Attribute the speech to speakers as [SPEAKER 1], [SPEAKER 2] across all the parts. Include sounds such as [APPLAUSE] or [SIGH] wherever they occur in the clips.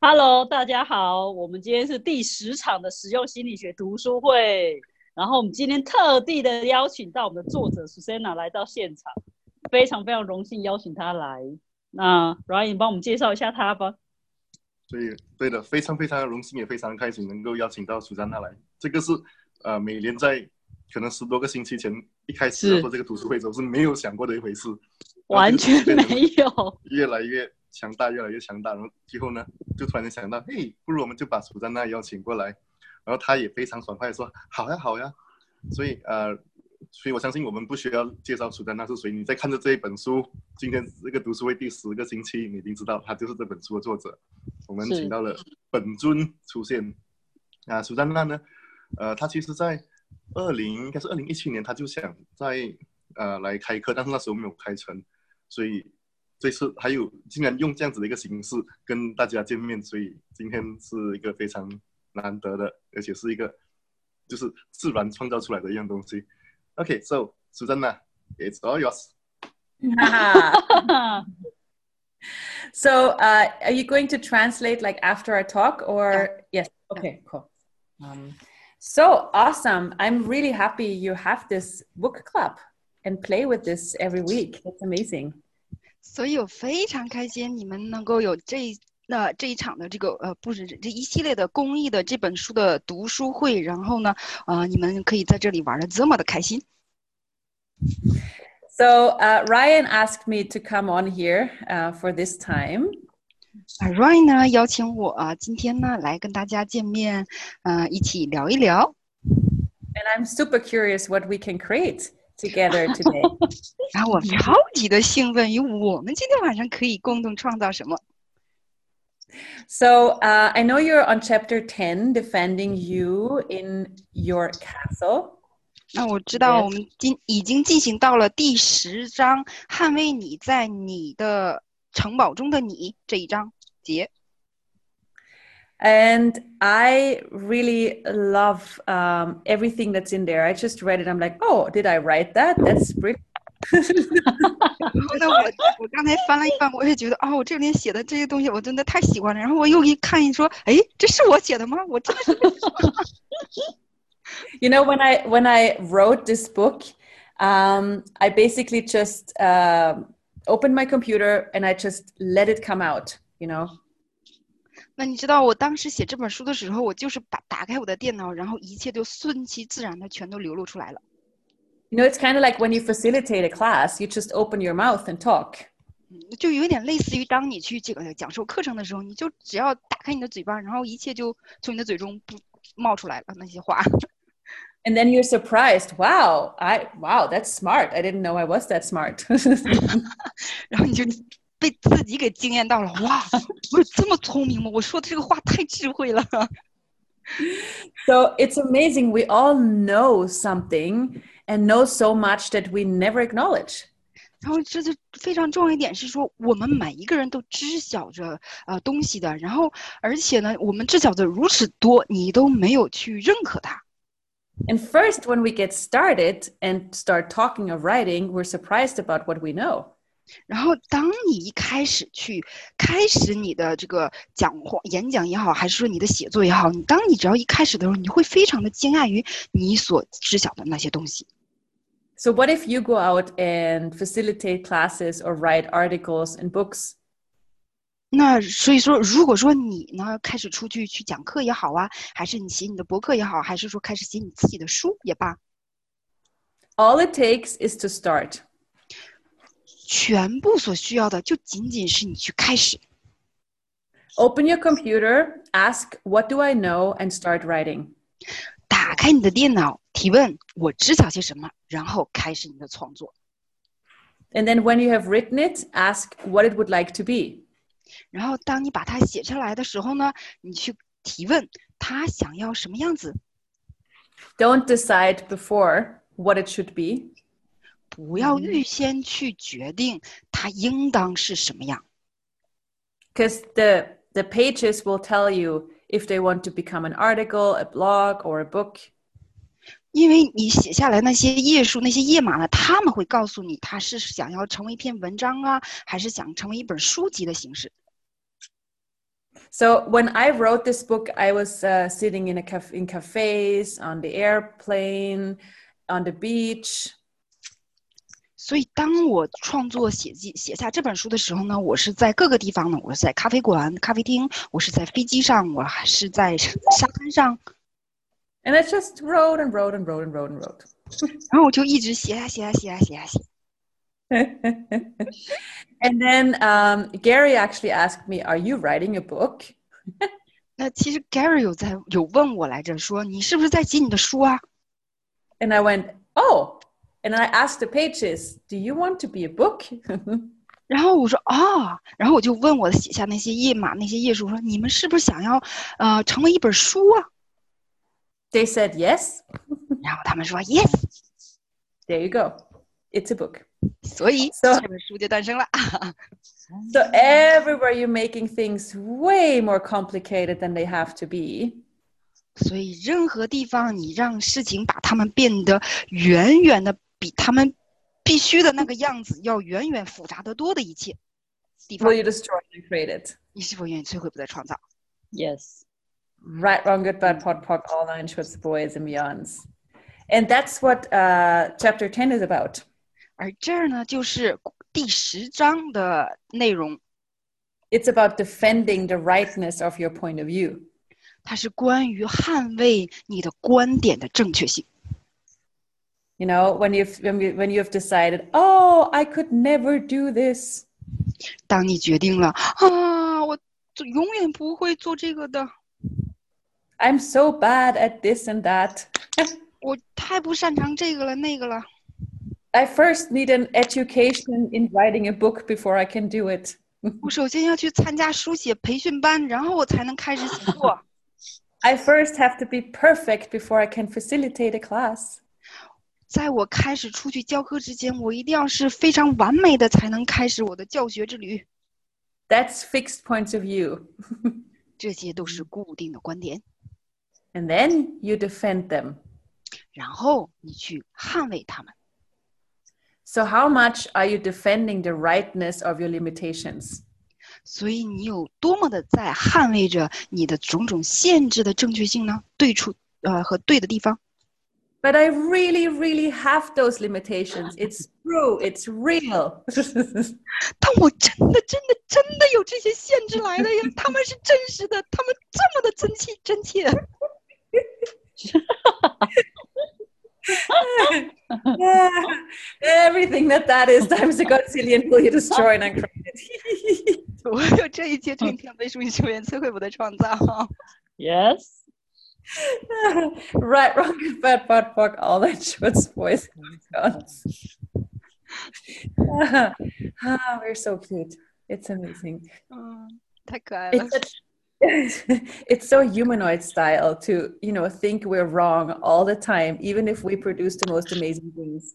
[SPEAKER 1] Hello，大家好，我们今天是第十场的实用心理学读书会，然后我们今天特地的邀请到我们的作者 Susanna 来到现场，非常非常荣幸邀请她来。那 Ryan 帮我们介绍一下她吧。
[SPEAKER 2] 所以，对的，非常非常荣幸，也非常开心能够邀请到苏珊娜来。这个是呃，每年在可能十多个星期前一开
[SPEAKER 1] 是
[SPEAKER 2] 始做这个读书会的时候是没有想过的一回事，
[SPEAKER 1] 完全没有， [LAUGHS]
[SPEAKER 2] 越来越强大，越来越强大。然后最后呢，就突然间想到，嘿，不如我们就把苏珊娜邀请过来。然后她也非常爽快的说，好呀，好呀。所以呃，所以我相信我们不需要介绍苏珊娜是谁，你在看着这一本书，今天这个读书会第十个星期，你已经知道她就是这本书的作者。我们
[SPEAKER 1] 是
[SPEAKER 2] 请到了本尊出现。啊，苏珊娜呢，呃，她其实在二零应该是二零一七年，她就想在呃来开课，但是那时候没有开成，所以这次还有竟然用这样子的一个形式跟大家见面，所以今天是一个非常难得的，而且是一个就是自然创造出来的一样东西。OK，so、Susanna, it's all yours.
[SPEAKER 3] Ah. so, uh, are you going to translate like after our talk or yes? Okay, cool. Um, so awesome. I'm really happy you have this book club and play with this every week. That's amazing.
[SPEAKER 4] 所以我非常开心你们能够有这一那、这一场的这个呃，不是这一系列的公益的这本书的读书会，然后呢，呃，你们可以在这里玩的这么的开心。
[SPEAKER 3] So, uh, Ryan asked me to come on here uh, for this time.
[SPEAKER 4] 啊，Ryan 呢邀请我、呃今天呢来跟大家见面，呃，一起聊一聊。
[SPEAKER 3] And I'm super curious what we can create together today.
[SPEAKER 4] 然后我超级的兴奋于我们今天晚上可以共同创造什么。
[SPEAKER 3] So uh, I know you're on chapter 10, defending you in your castle.
[SPEAKER 4] 那我知道
[SPEAKER 3] Yes.
[SPEAKER 4] 我们今已经进行到了第十章，捍卫你在你的城堡中的你这一章节。
[SPEAKER 3] And I really love um, everything that's in there. I just read it. I'm like, oh, did I write that? That's brilliant.
[SPEAKER 4] 然后呢，我我刚才翻了一翻，我也觉得哦，我这里面写的这些东西我真的太喜欢了。然后我又一看一说，哎，这是我写的吗？我真的是
[SPEAKER 3] you know, when I when I wrote this book, um, I basically just um opened my computer and I just let it come out. You know,
[SPEAKER 4] 那你知道我当时写这本书的时候，我就是把打开我的电脑，然后一切就顺其自然的全都流露出来了。
[SPEAKER 3] you know, it's kind of like when you facilitate a class, you just open your mouth and talk.
[SPEAKER 4] 嗯就有点类似于当你去这个讲授课程的时候，你就只要打开你的嘴巴，然后一切就从你的嘴中不冒出来了那些话。 [LAUGHS]
[SPEAKER 3] and then you're surprised wow i wow that's smart i didn't know i was that smart [LAUGHS]
[SPEAKER 4] 然后你就被自己给惊艳到了，哇， [LAUGHS] 我有这么聪明吗？我说的这个话太智慧了。
[SPEAKER 3] so it's amazing we all know something and know so much that we never acknowledge
[SPEAKER 4] 然后这就非常重要一点是说，我们每一个人都知晓着呃东西的，然后而且呢，我们知晓的如此多，你都没有去认可它。
[SPEAKER 3] and first when we get started and start talking or writing we're surprised about what we know
[SPEAKER 4] 然后当你一开始去开始你的这个讲话、演讲也好，还是说你的写作也好，你当你只要一开始的时候，你会非常的惊讶于你所知晓的那些东西。
[SPEAKER 3] so what if you go out and facilitate classes or write articles and books
[SPEAKER 4] 那所以说，如果说你呢开始出去去讲课也好啊，还是你写你的博客也好，还是说开始写你自己的书也罢，
[SPEAKER 3] all it takes is to start
[SPEAKER 4] 全部所需要的就仅仅是你去开始，
[SPEAKER 3] open your computer ask what do i know and start writing
[SPEAKER 4] 打开你的电脑，提问我知晓些什么，然后开始你的创作。
[SPEAKER 3] And then when you have written it, ask what it would like to be.
[SPEAKER 4] 然后当你把它写下来的时候呢，你去提问他想要什么样子，
[SPEAKER 3] Don't decide before what it should be.
[SPEAKER 4] 不要预先去决定它应当是什么样，
[SPEAKER 3] Because the the pages will tell you if they want to become an article, a blog, or a book.
[SPEAKER 4] 因为你写下来那些页数、那些页码呢，他们会告诉你他是想要成为一篇文章啊，还是想成为一本书籍的形式。
[SPEAKER 3] So when I wrote this book, I was uh, sitting in a caf- in cafes, on the airplane, on the beach.
[SPEAKER 4] 所以，当我创作写记写下这本书的时候呢，我是在各个地方呢，我是在咖啡馆、咖啡厅，我是在飞机上，我还是在沙滩上，
[SPEAKER 3] And I just wrote and wrote and wrote and wrote and wrote. [LAUGHS]
[SPEAKER 4] 然后我就一直写啊写啊写啊写啊写。
[SPEAKER 3] and then um, Gary actually asked me, "Are you writing a book?"
[SPEAKER 4] 那其实 Gary 有在有问我来着，说你是不是在写你的书啊？
[SPEAKER 3] And I went, "Oh." And I asked the pages, "Do you want to be a book?" [LAUGHS]
[SPEAKER 4] 然后我说啊，然后我就问我写下那些页码那些页数，我说你们是不是想要呃成为一本书啊？
[SPEAKER 3] they said yes.
[SPEAKER 4] 然后他们说 yes，
[SPEAKER 3] There you go. It's a book.
[SPEAKER 4] 所以
[SPEAKER 3] So-
[SPEAKER 4] 这本书就诞生了。
[SPEAKER 3] So everywhere you're making things way more complicated than they have to be.
[SPEAKER 4] 所以任何地方你让事情把它们变得远远的比他们必须的那个样子要远远复杂得多的一切地方
[SPEAKER 3] Will，you destroy and create it?
[SPEAKER 4] 你是否愿意摧毁不再创造？
[SPEAKER 1] Yes.
[SPEAKER 3] Right, wrong, good, bad, pod, pog, all nine shorts, boys and beyonds. And that's what uh, chapter 10 is about.
[SPEAKER 4] 而这儿呢，就是第十章的内容，
[SPEAKER 3] It's about defending the rightness of your point of view.
[SPEAKER 4] 它是关于捍卫你的观点的正确性。
[SPEAKER 3] You know, when you've, when you, when you've decided, oh, I could never do this.
[SPEAKER 4] 当你决定了啊，我就永远不会做这个的，
[SPEAKER 3] I'm so bad at this and that.
[SPEAKER 4] 我太不擅长这个了那个了。
[SPEAKER 3] I first need an education in writing a book before I can do it.
[SPEAKER 4] 我首先要去参加书写培训班，然后我才能开始写作。
[SPEAKER 3] I first have to be perfect before I can facilitate a class.
[SPEAKER 4] 在我开始出去教课之前，我一定要是非常完美的，才能开始我的教学之旅。
[SPEAKER 3] That's fixed points of view.
[SPEAKER 4] 这些都是固定的观点，
[SPEAKER 3] And then you defend them.
[SPEAKER 4] 然后你去捍卫他们。
[SPEAKER 3] So, how much are you defending the rightness of your limitations?
[SPEAKER 4] 所以你有多么的在捍卫着你的种种限制的正确性呢？对处呃和对的地方。
[SPEAKER 3] But I really, really have those limitations. It's true, it's real. [LAUGHS]
[SPEAKER 4] 但我真的真的真的有这些限制来的呀，他们是真实的，他们这么的真切真切。 [LAUGHS]
[SPEAKER 3] Everything that that is times a godzillion will you destroy and uncreate [LAUGHS] it.
[SPEAKER 4] 我有这一切成天为数以十元摧毁我的创造。
[SPEAKER 1] Yes.
[SPEAKER 3] right, wrong, good, bad, bad, fuck, all that shit's boys. and girls. [LAUGHS] ah, we're so cute. It's amazing.
[SPEAKER 4] 嗯， [LAUGHS] 太可爱了
[SPEAKER 3] It's。such- it's [LAUGHS] so humanoid style to you know think we're wrong all the time, even if we produce the most amazing things.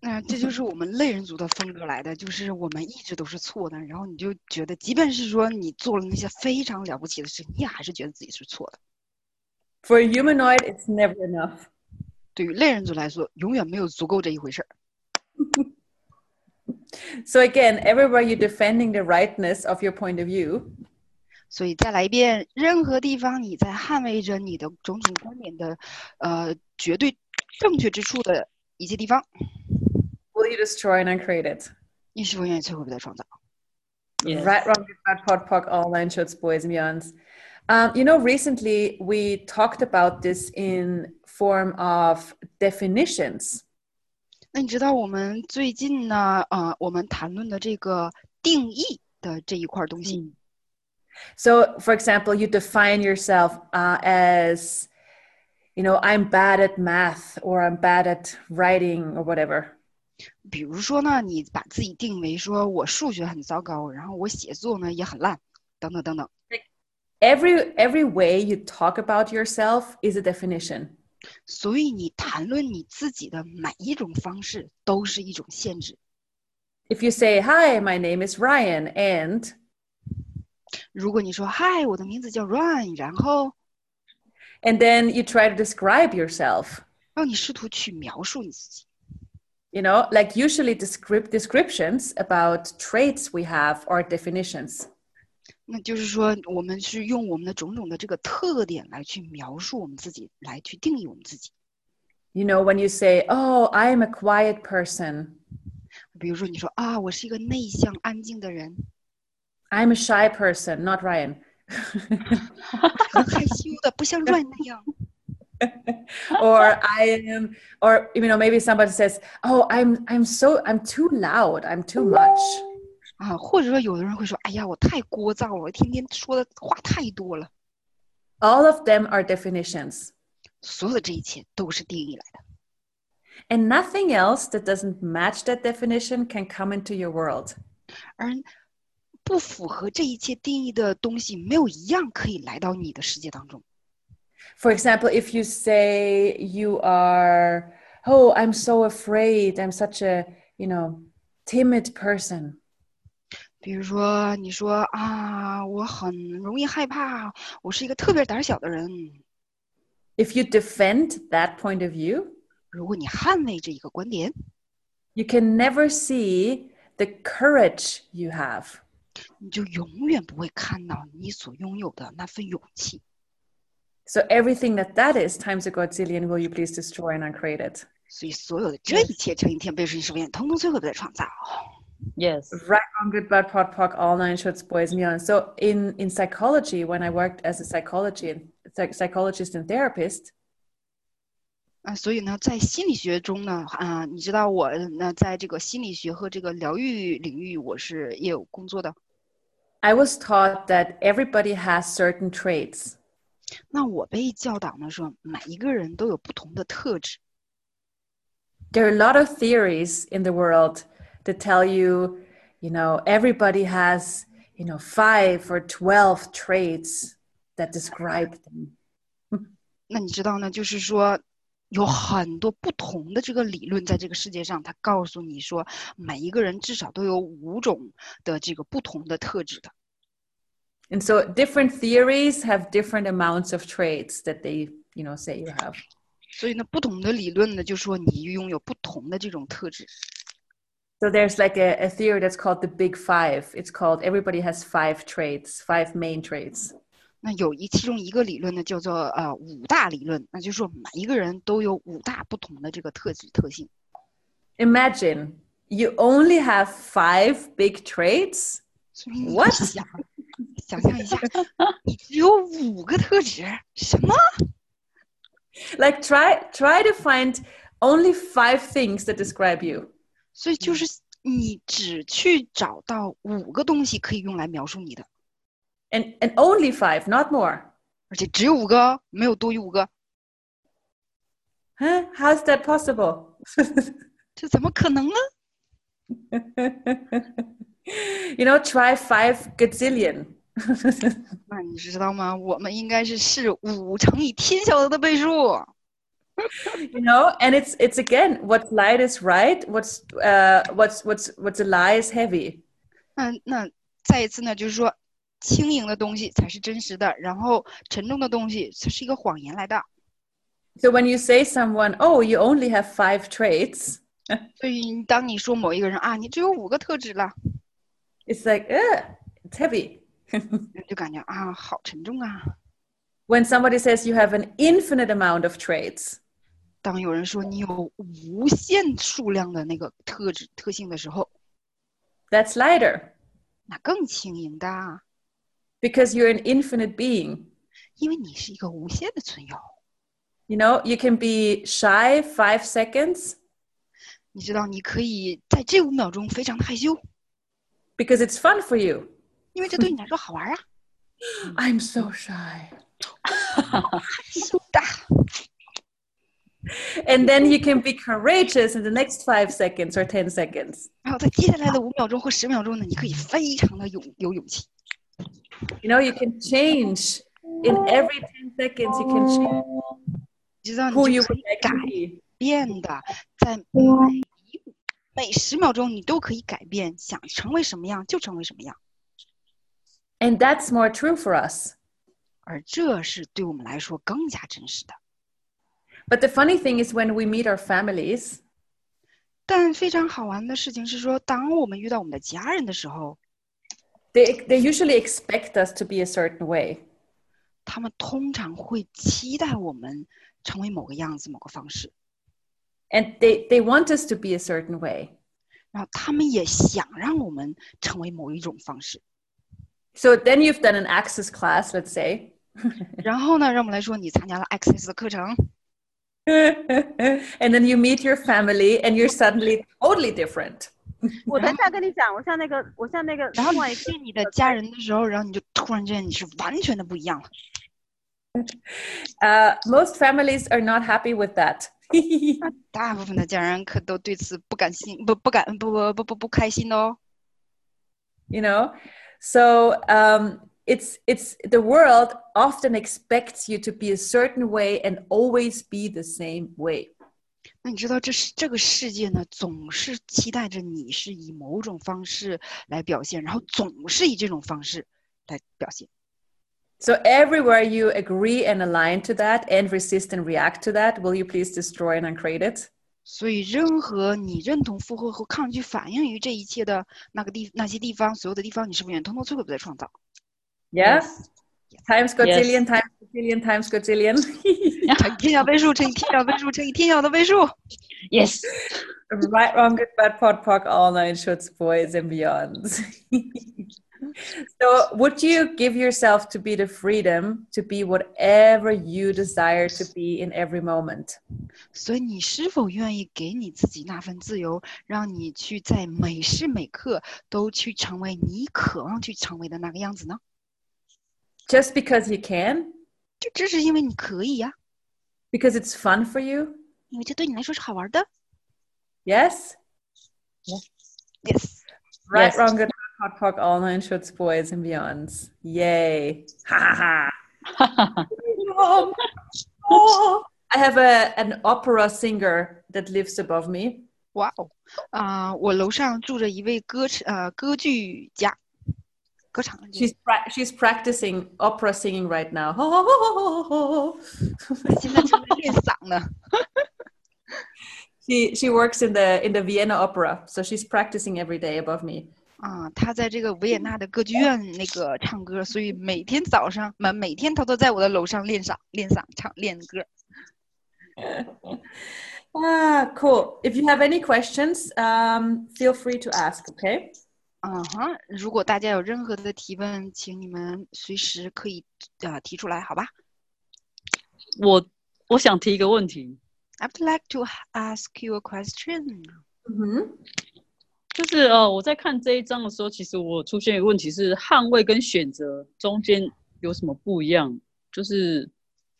[SPEAKER 4] 那、这就是我们类人族的风格来的，就是我们一直都是错的，然后你就觉得，即便是说你做了那些非常了不起的事，你也还是觉得自己是错的。
[SPEAKER 3] For a humanoid, it's never enough.
[SPEAKER 4] 对于类人族来说，永远没有足够这一回事儿。
[SPEAKER 3] So again, everywhere you're defending the rightness of your point of view,
[SPEAKER 4] 所以再来一遍，任何地方你在捍卫着你的种种观点的，呃，绝对正确之处的一些地方，
[SPEAKER 3] will you destroy and uncreate it?
[SPEAKER 4] 你是否愿意摧毁不再创造？
[SPEAKER 1] Yes.
[SPEAKER 3] Right, wrong, good, bad, pod, poc, all nine shirts, boys and beyonds. Um, you know, recently we talked about this in form of definitions.
[SPEAKER 4] 那你知道我们最近呢，呃，我们谈论的这个定义的这一块儿东西，
[SPEAKER 1] 嗯
[SPEAKER 3] So, for example, you define yourself uh, as, you know, I'm bad at math or I'm bad at writing or whatever.
[SPEAKER 4] 比如说呢，你把自己定为说我数学很糟糕，然后我写作呢也很烂，等等等等。
[SPEAKER 3] Every every way you talk about yourself is a definition.
[SPEAKER 4] 所以你谈论你自己的每一种方式都是一种限制。
[SPEAKER 3] If you say, "Hi, my name is Ryan," and
[SPEAKER 4] 如果你说嗨，我的名字叫 Ryan，然后
[SPEAKER 3] and then you try to describe yourself,
[SPEAKER 4] 让你试图去描述你自己，
[SPEAKER 3] You know, like usually descript descriptions about traits we have are definitions.
[SPEAKER 4] 那就是说，我们是用我们的种种的这个特点来去描述我们自己，来去定义我们自己。
[SPEAKER 3] You know, when you say, "Oh, I am a quiet person,"
[SPEAKER 4] 比如说，你说啊，我是一个内向、安静的人，
[SPEAKER 3] I'm a shy person, not Ryan.
[SPEAKER 4] 很害羞的，不像 Ryan 那样。
[SPEAKER 3] or I am, or you know, maybe somebody says, "Oh, I'm, I'm so, I'm too loud, I'm too much."
[SPEAKER 4] 啊，或者说有的人会说：“哎呀，我太聒噪了，天天说的话太多了。
[SPEAKER 3] All of them are definitions, ”
[SPEAKER 4] 所有的这一切都是定义来的，
[SPEAKER 3] and nothing else that doesn't match that definition can come into your world.
[SPEAKER 4] 而不符合这一切定义的东西，没有一样可以来到你的世界当中。
[SPEAKER 3] For example, if you say you are, "Oh, I'm so afraid, I'm such a, you know, timid person."
[SPEAKER 4] 比如说，你说啊，我很容易害怕，我是一个特别胆小的人。
[SPEAKER 3] If you defend that point of view,
[SPEAKER 4] 如果你捍卫这一个观点，
[SPEAKER 3] you can never see the courage you have.
[SPEAKER 4] 你就永远不会看到你所拥有的那份勇气。
[SPEAKER 3] So everything that that is times a godzillion will you please destroy and uncreate it.
[SPEAKER 4] 所以，所有的这一切乘以天被神实变，通通摧毁，不再创造。
[SPEAKER 1] Yes.
[SPEAKER 3] Right on good blood pot pock all nine shots boys meon. So in in psychology, when I worked as a psychology and psych- psychologist and therapist,
[SPEAKER 4] 啊，所以呢，在心理学中呢，啊，你知道我那在这个心理学和这个疗愈领域，我是也有工作的。
[SPEAKER 3] I was taught that everybody has certain traits.
[SPEAKER 4] 那我被教导呢说，每一个人都有不同的特质，
[SPEAKER 3] There are a lot of theories in the world that tell you, you know, everybody has, you know, five or twelve traits that describe them.
[SPEAKER 4] 那你知道呢，就是说。有很多不同的这个理论，在这个世界上，它告诉你说，每一个人至少都有五种的这个不同的特质的。
[SPEAKER 3] And so different theories have different amounts of traits that they, you know, say you have.
[SPEAKER 4] 所以呢，不同的理论呢，就说你拥有不同的这种特质。
[SPEAKER 3] So there's like a, a theory that's called the big five. It's called everybody has five traits, five main traits.
[SPEAKER 4] 那有一其中一个理论呢，叫做呃五大理论，那就是说每一个人都有五大不同的这个特质特性。
[SPEAKER 3] Imagine you only have five big traits.
[SPEAKER 4] 所以你
[SPEAKER 3] What？
[SPEAKER 4] 想想象一下，你只有五个特质，什么？
[SPEAKER 3] Like try try to find only five things that describe you.
[SPEAKER 4] 所以就是你只去找到五个东西可以用来描述你的，
[SPEAKER 3] And and only five, not more.
[SPEAKER 4] 而且只有五个哦，没有多于五个，
[SPEAKER 3] Huh? How's that possible? [LAUGHS]
[SPEAKER 4] 这怎么可能呢？
[SPEAKER 3] you know, try five gazillion. [LAUGHS]
[SPEAKER 4] 那你知道吗？我们应该是是五乘以天晓得的倍数。
[SPEAKER 3] you know and it's it's again what's light is right what's uh what's what's what's a lie is heavy
[SPEAKER 4] 那那再一次呢，就是说，轻盈的东西才是真实的，然后沉重的东西它是一个谎言来的。
[SPEAKER 3] so when you say someone oh you only have five traits
[SPEAKER 4] 所以，当你说某一个人啊，你只有五个特质了，
[SPEAKER 3] it's like Ugh, it's heavy
[SPEAKER 4] 就感觉啊，好沉重啊。
[SPEAKER 3] when somebody says you have an infinite amount of traits
[SPEAKER 4] 当有人说你有无限数量的那个特质特性的时候，
[SPEAKER 3] that's lighter
[SPEAKER 4] 那更轻盈的啊，
[SPEAKER 3] because you're an infinite being
[SPEAKER 4] 因为你是一个无限的存有。
[SPEAKER 3] you know you can be shy five seconds
[SPEAKER 4] 你知道，你可以在这五秒钟非常的害羞，
[SPEAKER 3] because it's fun for you
[SPEAKER 4] 因为这对你来说好玩啊，
[SPEAKER 3] i'm so shy
[SPEAKER 4] 羞的。
[SPEAKER 3] and then you can be courageous in the next five seconds or ten seconds
[SPEAKER 4] 然后在接下来的五秒钟或十秒钟呢，你可以非常的勇有勇气。
[SPEAKER 3] You know, you can change in every 10 seconds, you can change
[SPEAKER 4] 你知道，你
[SPEAKER 3] who
[SPEAKER 4] 就
[SPEAKER 3] you
[SPEAKER 4] 可
[SPEAKER 3] would
[SPEAKER 4] 以
[SPEAKER 3] like
[SPEAKER 4] 改
[SPEAKER 3] to be.
[SPEAKER 4] 变的，在每一每十秒钟你都可以改变，想成为什么样就成为什么样，
[SPEAKER 3] And that's more true for us.
[SPEAKER 4] 而这是对我们来说更加真实的。
[SPEAKER 3] But the funny thing is, when we meet our families,
[SPEAKER 4] 但非常好玩的事情是说，当我们遇到我们的家人的时候，
[SPEAKER 3] They, they usually expect us to be a certain way.
[SPEAKER 4] 他们通常会期待我们成为某个样子、某个方式，
[SPEAKER 3] And they, they want us to be a certain way.
[SPEAKER 4] 然后他们也想让我们成为某一种方式。
[SPEAKER 3] So then you've done an access class, let's say. [LAUGHS]
[SPEAKER 4] 然后呢，让我们来说，你参加了 Access 的课程，
[SPEAKER 3] and then you meet your family and you're suddenly totally different.
[SPEAKER 5] 我等一下跟你讲，我像那个，我像那个
[SPEAKER 4] 然后
[SPEAKER 5] 另外一
[SPEAKER 4] 你
[SPEAKER 5] 个
[SPEAKER 4] 见你的家人的时候，然后你就突然间你是完全的不一样了。
[SPEAKER 3] Uh, most families are not happy with that. [LAUGHS]
[SPEAKER 4] 大部分的家人可都对此不感兴不不感不不不不不开心的哦。
[SPEAKER 3] you know so um, it's it's the world often expects you to be a certain way and always be the same way
[SPEAKER 4] 那你知道这是这个世界呢，总是期待着你是以某种方式来表现，然后总是以这种方式来表现。
[SPEAKER 3] so everywhere you agree and align to that and resist and react to that will you please destroy and uncreate it
[SPEAKER 4] 所以，任何你认同、附和和抗拒、反应于这一切的那个地、那些地方、所有的地方，你是不是远通通摧毁，不再创造？
[SPEAKER 3] yeah
[SPEAKER 1] Yes.
[SPEAKER 3] times gazillion
[SPEAKER 1] Yes.
[SPEAKER 3] times gazillion times [LAUGHS] gazillion
[SPEAKER 4] 乘以天小倍数乘以天小倍数乘以天小的倍数。
[SPEAKER 1] Yes， [LAUGHS]
[SPEAKER 3] right wrong good bad pod poc all nine shots boys and beyonds [LAUGHS] so would you give yourself to be the freedom to be whatever you desire to be in every moment
[SPEAKER 4] 所以，你是否愿意给你自己那份自由，让你去在每时每刻都去成为你渴望去成为的那个样子呢？
[SPEAKER 3] just because you can
[SPEAKER 4] 就这是因为你可以呀、
[SPEAKER 3] because it's fun for you
[SPEAKER 4] 因为这对你来说是好玩的。
[SPEAKER 3] yes
[SPEAKER 4] Yes，
[SPEAKER 3] right
[SPEAKER 1] Yes.
[SPEAKER 3] wrong good bad pod poc all nine shots boys and beyonds yay ha ha ha
[SPEAKER 1] 哈哈哈，
[SPEAKER 3] Oh, oh. i have a an opera singer that lives above me
[SPEAKER 4] 哇哦！啊，我楼上住着一位歌唱呃歌剧家，歌唱家
[SPEAKER 3] She's pra- she's practicing opera singing right now.
[SPEAKER 4] 现在正在练嗓呢。
[SPEAKER 3] she she works in the in the Vienna Opera, so she's practicing every day above me.
[SPEAKER 4] 啊，他在这个维也纳的歌剧院那个唱歌，所以每天早上，每每天他都在我的楼上练嗓、练嗓、唱、练歌。
[SPEAKER 3] Ah, cool. If you have any questions, um, feel free to ask. Okay.
[SPEAKER 4] 嗯哼，如果大家有任何的提问，请你们随时可以呃提出来，好吧
[SPEAKER 1] 我我想提一个问题，
[SPEAKER 4] ？I would like to ask you a question.
[SPEAKER 3] hmm
[SPEAKER 1] 就是呃，我在看这一章的时候，其实我出现一个问题是，捍卫跟选择中间有什么不一样？就是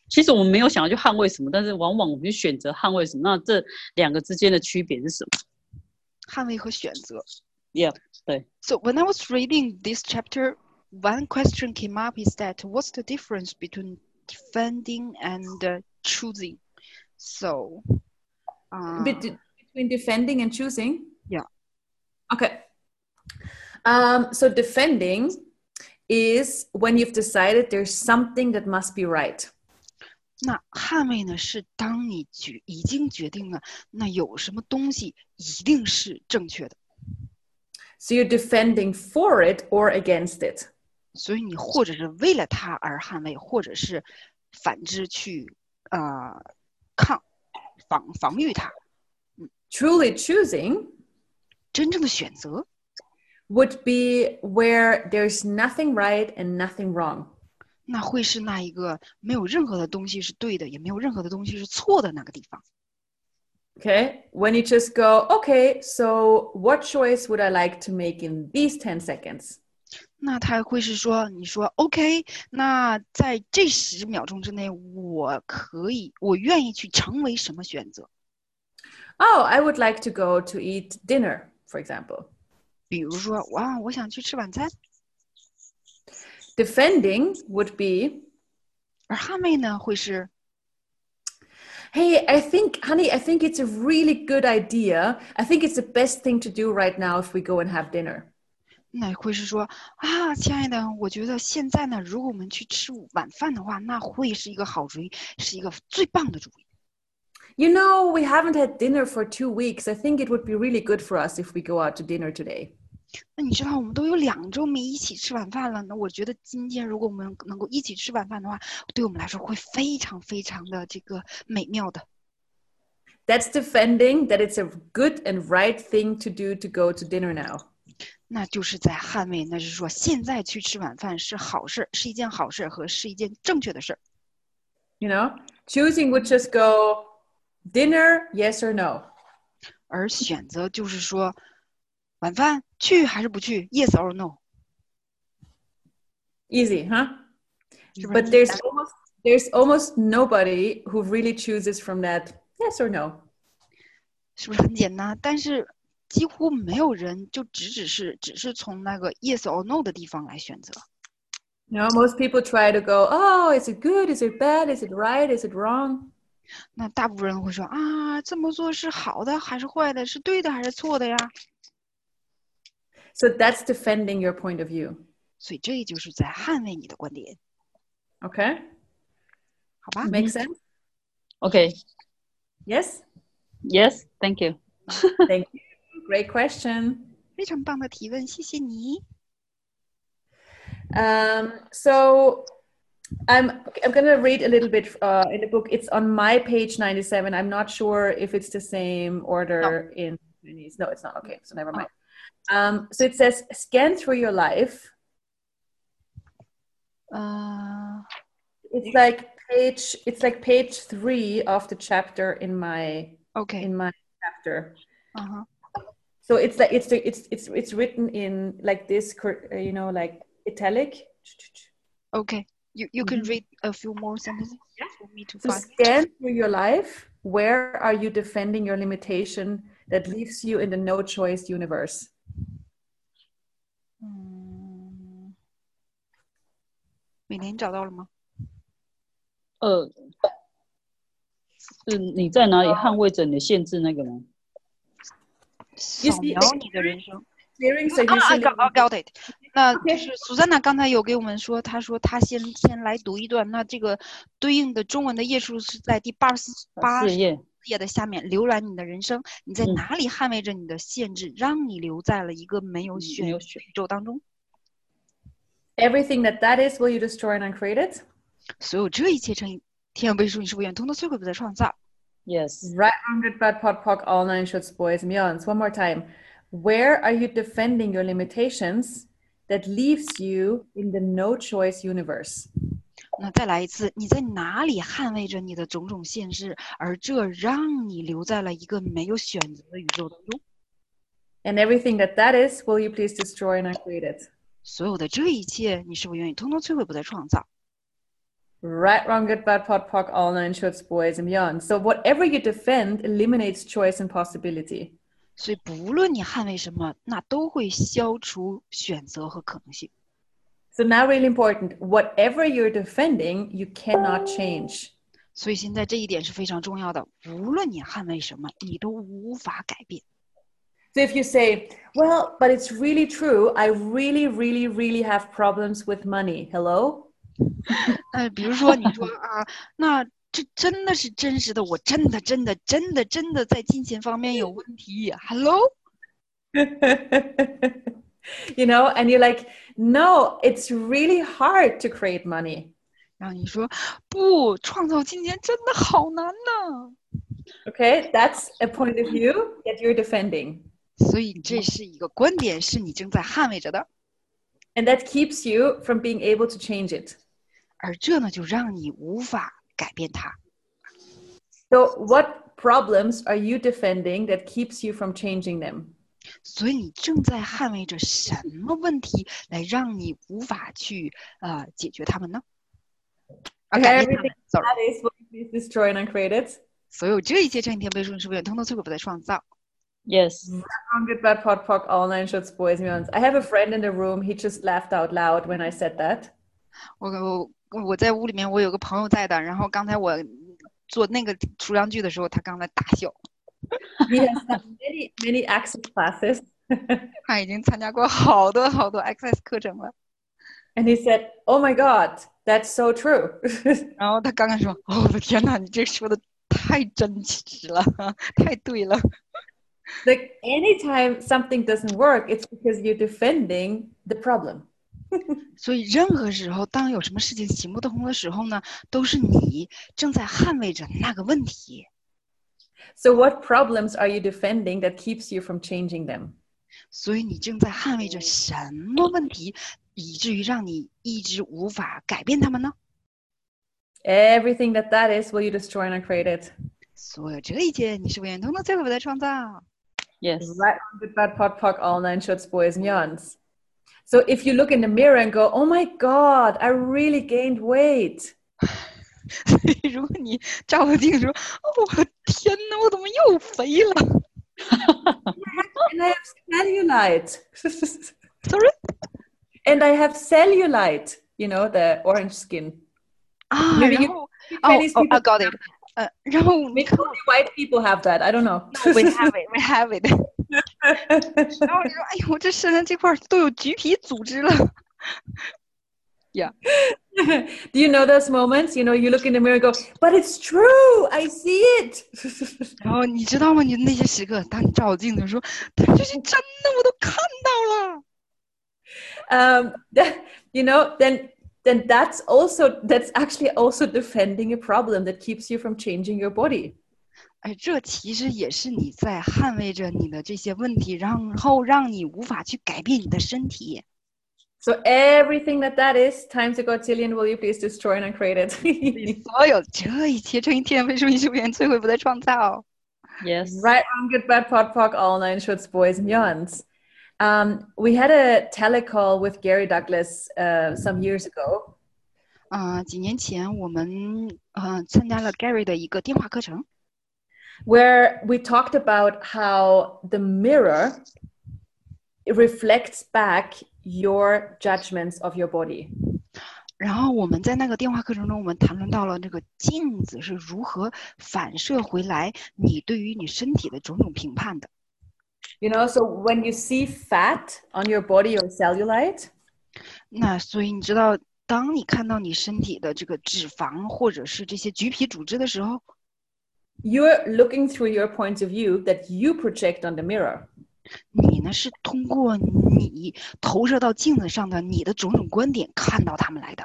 [SPEAKER 1] 其实我们没有想要去捍卫什么，但是往往我们去选择捍卫什么，那这两个之间的区别是什么？
[SPEAKER 4] 捍卫和选择。
[SPEAKER 1] Yeah，对。
[SPEAKER 4] So when I was reading this chapter, one question came up is that what's the difference between defending and uh, choosing? So, uh,
[SPEAKER 3] between defending and choosing.
[SPEAKER 4] Yeah.
[SPEAKER 3] Okay. Um, so defending is when you've decided there's something that must be right.
[SPEAKER 4] 那捍卫呢，是当你决已经决定了，那有什么东西一定是正确的，
[SPEAKER 3] So you're defending for it or against it.
[SPEAKER 4] 所以你或者是为了它而捍卫，或者是反之去呃抗防防御它。
[SPEAKER 3] Truly choosing
[SPEAKER 4] 真正的选择
[SPEAKER 3] would be where there's nothing right and nothing wrong.
[SPEAKER 4] 那会是那一个没有任何的东西是对的，也没有任何的东西是错的那个地方。
[SPEAKER 3] Okay. When you just go, okay, so what choice would I like to make in these 10 seconds?
[SPEAKER 4] 那他会是说，你说 OK，那在这十秒钟之内，我可以，我愿意去成为什么选择？
[SPEAKER 3] Oh, I would like to go to eat dinner, for example.
[SPEAKER 4] 比如说，哇，我想去吃晚餐。
[SPEAKER 3] Defending would be,
[SPEAKER 4] 而捍卫呢，会是
[SPEAKER 3] hey, I think, honey, I think it's a really good idea. I think it's the best thing to do right now if we go and have dinner.
[SPEAKER 4] 那会是说啊，亲爱的，我觉得现在呢，如果我们去吃午晚饭的话，那会是一个好主意，是一个最棒的主意。
[SPEAKER 3] You know, we haven't had dinner for two weeks. I think it would be really good for us if we go out to dinner today.
[SPEAKER 4] 那你知道我们都有两周没一起吃晚饭了呢。我觉得今天如果我们能够一起吃晚饭的话，对我们来说会非常非常的这个美妙的。
[SPEAKER 3] That's defending that it's a good and right thing to do to go to dinner now.
[SPEAKER 4] 那就是在捍卫，那是说现在去吃晚饭是好事儿，是一件好事儿和是一件正确的事儿。
[SPEAKER 3] You know, choosing would just go dinner, yes or no.
[SPEAKER 4] 而选择就是说，晚饭去还是不去，yes or no，
[SPEAKER 3] Easy, huh?
[SPEAKER 4] 是不是
[SPEAKER 3] But there's almost there's almost nobody who really chooses from that yes or no.
[SPEAKER 4] 是不是很简单？但是几乎没有人就只只是只是从那个 yes or no 的地方来选择。
[SPEAKER 3] You know, most people try to go, oh, is it good? Is it bad? Is it right? Is it wrong?
[SPEAKER 4] 那大部分人会说啊，这么做是好的还是坏的？是对的还是错的呀？
[SPEAKER 3] So that's defending your point of view.
[SPEAKER 4] 所以这就是在捍卫你的观点，
[SPEAKER 3] Okay?
[SPEAKER 4] 好吧？
[SPEAKER 3] Make sense?
[SPEAKER 1] OK，Yes，Thank、
[SPEAKER 3] Yes?
[SPEAKER 1] you。
[SPEAKER 3] Thank you. Great question.
[SPEAKER 4] 非常棒的提问，谢谢你。
[SPEAKER 3] Um, so I'm I'm gonna read a little bit uh, in the book. It's on my page 97. I'm not sure if it's the same order in Chinese. No, it's not. Okay, so never mind. Um, so it says scan through your life.
[SPEAKER 4] 呃，
[SPEAKER 3] It's like page. It's like page three of the chapter in my
[SPEAKER 4] OK，
[SPEAKER 3] in my chapter.
[SPEAKER 4] 嗯哼，
[SPEAKER 3] So it's like it's the, it's it's it's written in like this. cur- uh, You know, like italic.
[SPEAKER 4] Okay, you you can
[SPEAKER 3] Mhm.
[SPEAKER 4] read a few more sentences for me to
[SPEAKER 3] to
[SPEAKER 4] find.
[SPEAKER 3] scan through your life where are you defending your limitation that leaves you in the no choice universe
[SPEAKER 4] 嗯，美莲找到了吗？
[SPEAKER 1] 呃，是你在
[SPEAKER 4] 呃
[SPEAKER 1] 哪里捍卫着你的限制那个吗？
[SPEAKER 4] 扫
[SPEAKER 3] see,
[SPEAKER 4] 描
[SPEAKER 3] like-
[SPEAKER 4] 你的人生。
[SPEAKER 3] clearing so
[SPEAKER 4] 啊
[SPEAKER 3] usually-
[SPEAKER 4] Ah, I got, I got it。那就
[SPEAKER 3] Okay.
[SPEAKER 4] 是 Susanna 刚才有给我们说，她说她先先来读一段，那这个对应的中文的页数是在第八十八
[SPEAKER 1] 事
[SPEAKER 4] 十
[SPEAKER 1] 业，
[SPEAKER 4] 页的下面。浏览你的人生，你在
[SPEAKER 1] 呃嗯
[SPEAKER 4] 哪里捍卫着你的限制，让你留在了一个没有
[SPEAKER 1] 嗯
[SPEAKER 4] 选
[SPEAKER 1] 没有
[SPEAKER 4] 宇
[SPEAKER 1] 选
[SPEAKER 4] 宙当中？
[SPEAKER 3] everything that that is will you destroy and uncreate it
[SPEAKER 4] 所有这一切乘以天文倍数，你是不是远通的摧毁不再创造？
[SPEAKER 1] Yes，
[SPEAKER 3] right on good bad pot pock all nine shots boys and beyonds one more time where are you defending your limitations that leaves you in the no choice universe
[SPEAKER 4] 那再来一次，你在哪里捍卫着你的种种限制，而这让你留在了一个没有选择的宇宙当中？
[SPEAKER 3] and everything that that is will you please destroy and uncreate it
[SPEAKER 4] 所有的这一切，你是否愿意通通摧毁，不再创造？
[SPEAKER 3] Right, wrong, good, bad, pot, pock, all nine shirts, boys, and beyond. So whatever you defend eliminates choice and possibility.
[SPEAKER 4] 所以，不论你捍卫什么，那都会消除选择和可能性。
[SPEAKER 3] So now really important, whatever you're defending, you cannot change.
[SPEAKER 4] 所以，现在这一点是非常重要的。无论你捍卫什么，你都无法改变。
[SPEAKER 3] So if you say, well, but it's really true, I really, really, really have problems with money. Hello? [LAUGHS]
[SPEAKER 4] 呃，比如说，你说啊，那这真的是真实的，我真的真的真的真的在金钱方面有问题。Hello。
[SPEAKER 3] you know, and you're like, no, it's really hard to create money.
[SPEAKER 4] 然后你说不，创造金钱真的好难呐、
[SPEAKER 3] Okay, that's a point of view that you're defending.
[SPEAKER 4] 所以这是一个观点，是你正在捍卫着的，
[SPEAKER 3] And that keeps you from being able to change it.
[SPEAKER 4] 而这呢，就让你无法改变它。
[SPEAKER 3] So, what problems are you defending that keeps you from changing them?
[SPEAKER 4] 所以你正在捍卫着什么问题，来让你无法去呃解决它们呢？啊，改变它们
[SPEAKER 3] Everything-
[SPEAKER 4] ，sorry。
[SPEAKER 3] That is what you please destroy and uncreate it.
[SPEAKER 4] 所有这一切占天背书，你是不是通通摧毁不再创造？
[SPEAKER 1] Yes，
[SPEAKER 3] Wrong, good, bad, pot, pock, all nine shots, boys, meons. I have a friend in the room. He just laughed out loud when I said that.
[SPEAKER 4] 我我我在屋里面，我有个朋友在的，然后刚才我做那个除凉剧的时候，他刚才大笑。
[SPEAKER 3] He has [LAUGHS] done many, many access classes.
[SPEAKER 4] 他已经参加过好多好多 XS 课程了。
[SPEAKER 3] And he said, Oh my God, that's so true. [LAUGHS]
[SPEAKER 4] 然后他刚刚说：“ [LAUGHS] 哦，我的天呐，你这说的太真实了，太对了。
[SPEAKER 3] Like anytime something doesn't work, it's because you're defending the problem.
[SPEAKER 4] 所以，任何时候，当有什么事情行不通的时候呢，都是你正在捍卫着那个问题。
[SPEAKER 3] So, what problems are you defending that keeps you from changing them?
[SPEAKER 4] 所以，你正在捍卫着什么问题，以至于让你一直无法改变他们呢？
[SPEAKER 3] Everything that that is, will you destroy and create it?
[SPEAKER 4] 所有这一切，你是不远通的最伟的创造。 [LAUGHS]
[SPEAKER 1] Yes.
[SPEAKER 3] Right on good, bad, pot, pock, all nine shots, boys and yawns. So, if you look in the mirror and go, "Oh my God, I really gained weight,"
[SPEAKER 4] 所以，如果你照个镜说：“哦，我天哪，我怎么又肥了
[SPEAKER 3] and I have cellulite. [LAUGHS]
[SPEAKER 4] Sorry?
[SPEAKER 3] And I have cellulite. You know the orange skin.
[SPEAKER 4] 啊？”
[SPEAKER 3] 那个
[SPEAKER 4] 然
[SPEAKER 3] 又
[SPEAKER 4] 后，哦
[SPEAKER 3] Chinese
[SPEAKER 4] 哦
[SPEAKER 3] people-
[SPEAKER 4] ，I got it。呃，然后你
[SPEAKER 3] Maybe
[SPEAKER 4] 看
[SPEAKER 3] only white people have that. I don't know. [LAUGHS]
[SPEAKER 4] ，we have it，we have it。然后你说：“哎呦，我这身上这块儿都有橘皮组织了。
[SPEAKER 3] Do you know those moments? You know, you look in the mirror and go, but it's true. I see it. ” [LAUGHS]
[SPEAKER 4] 然后你知道吗？你那些时刻，当你照镜子说：“他这是真的，我都看到了。
[SPEAKER 3] um, [LAUGHS] that, you know, then then that's also that's actually also defending a problem that keeps you from changing your body. ”
[SPEAKER 4] 哎，这其实也是你在捍卫着你的这些问题，然后让你无法去改变你的身体。
[SPEAKER 3] So everything that that is, times a godzillion, will you please destroy and uncreate it? [LAUGHS]
[SPEAKER 4] 所有这一切乘以天为数以数元摧毁不再创造。
[SPEAKER 1] Yes.
[SPEAKER 3] right on good bad pod pock all nine shorts boys and yawns um, we had a telecall with gary douglas uh, some years ago
[SPEAKER 4] 啊、几年前我们呃参加了 Gary 的一个电话课程，
[SPEAKER 3] where we talked about how the mirror reflects back your judgments of your body
[SPEAKER 4] 然后我们在那个电话课程中，我们谈论到了这个镜子是如何反射回来你对于你身体的种种评判的。
[SPEAKER 3] you know so when you see fat on your body or cellulite
[SPEAKER 4] 那所以你知道，当你看到你身体的这个脂肪或者是这些橘皮组织的时候，
[SPEAKER 3] you're looking through your point of view that you project on the mirror
[SPEAKER 4] 你呢是通过你投射到镜子上的你的种种观点看到他们来的，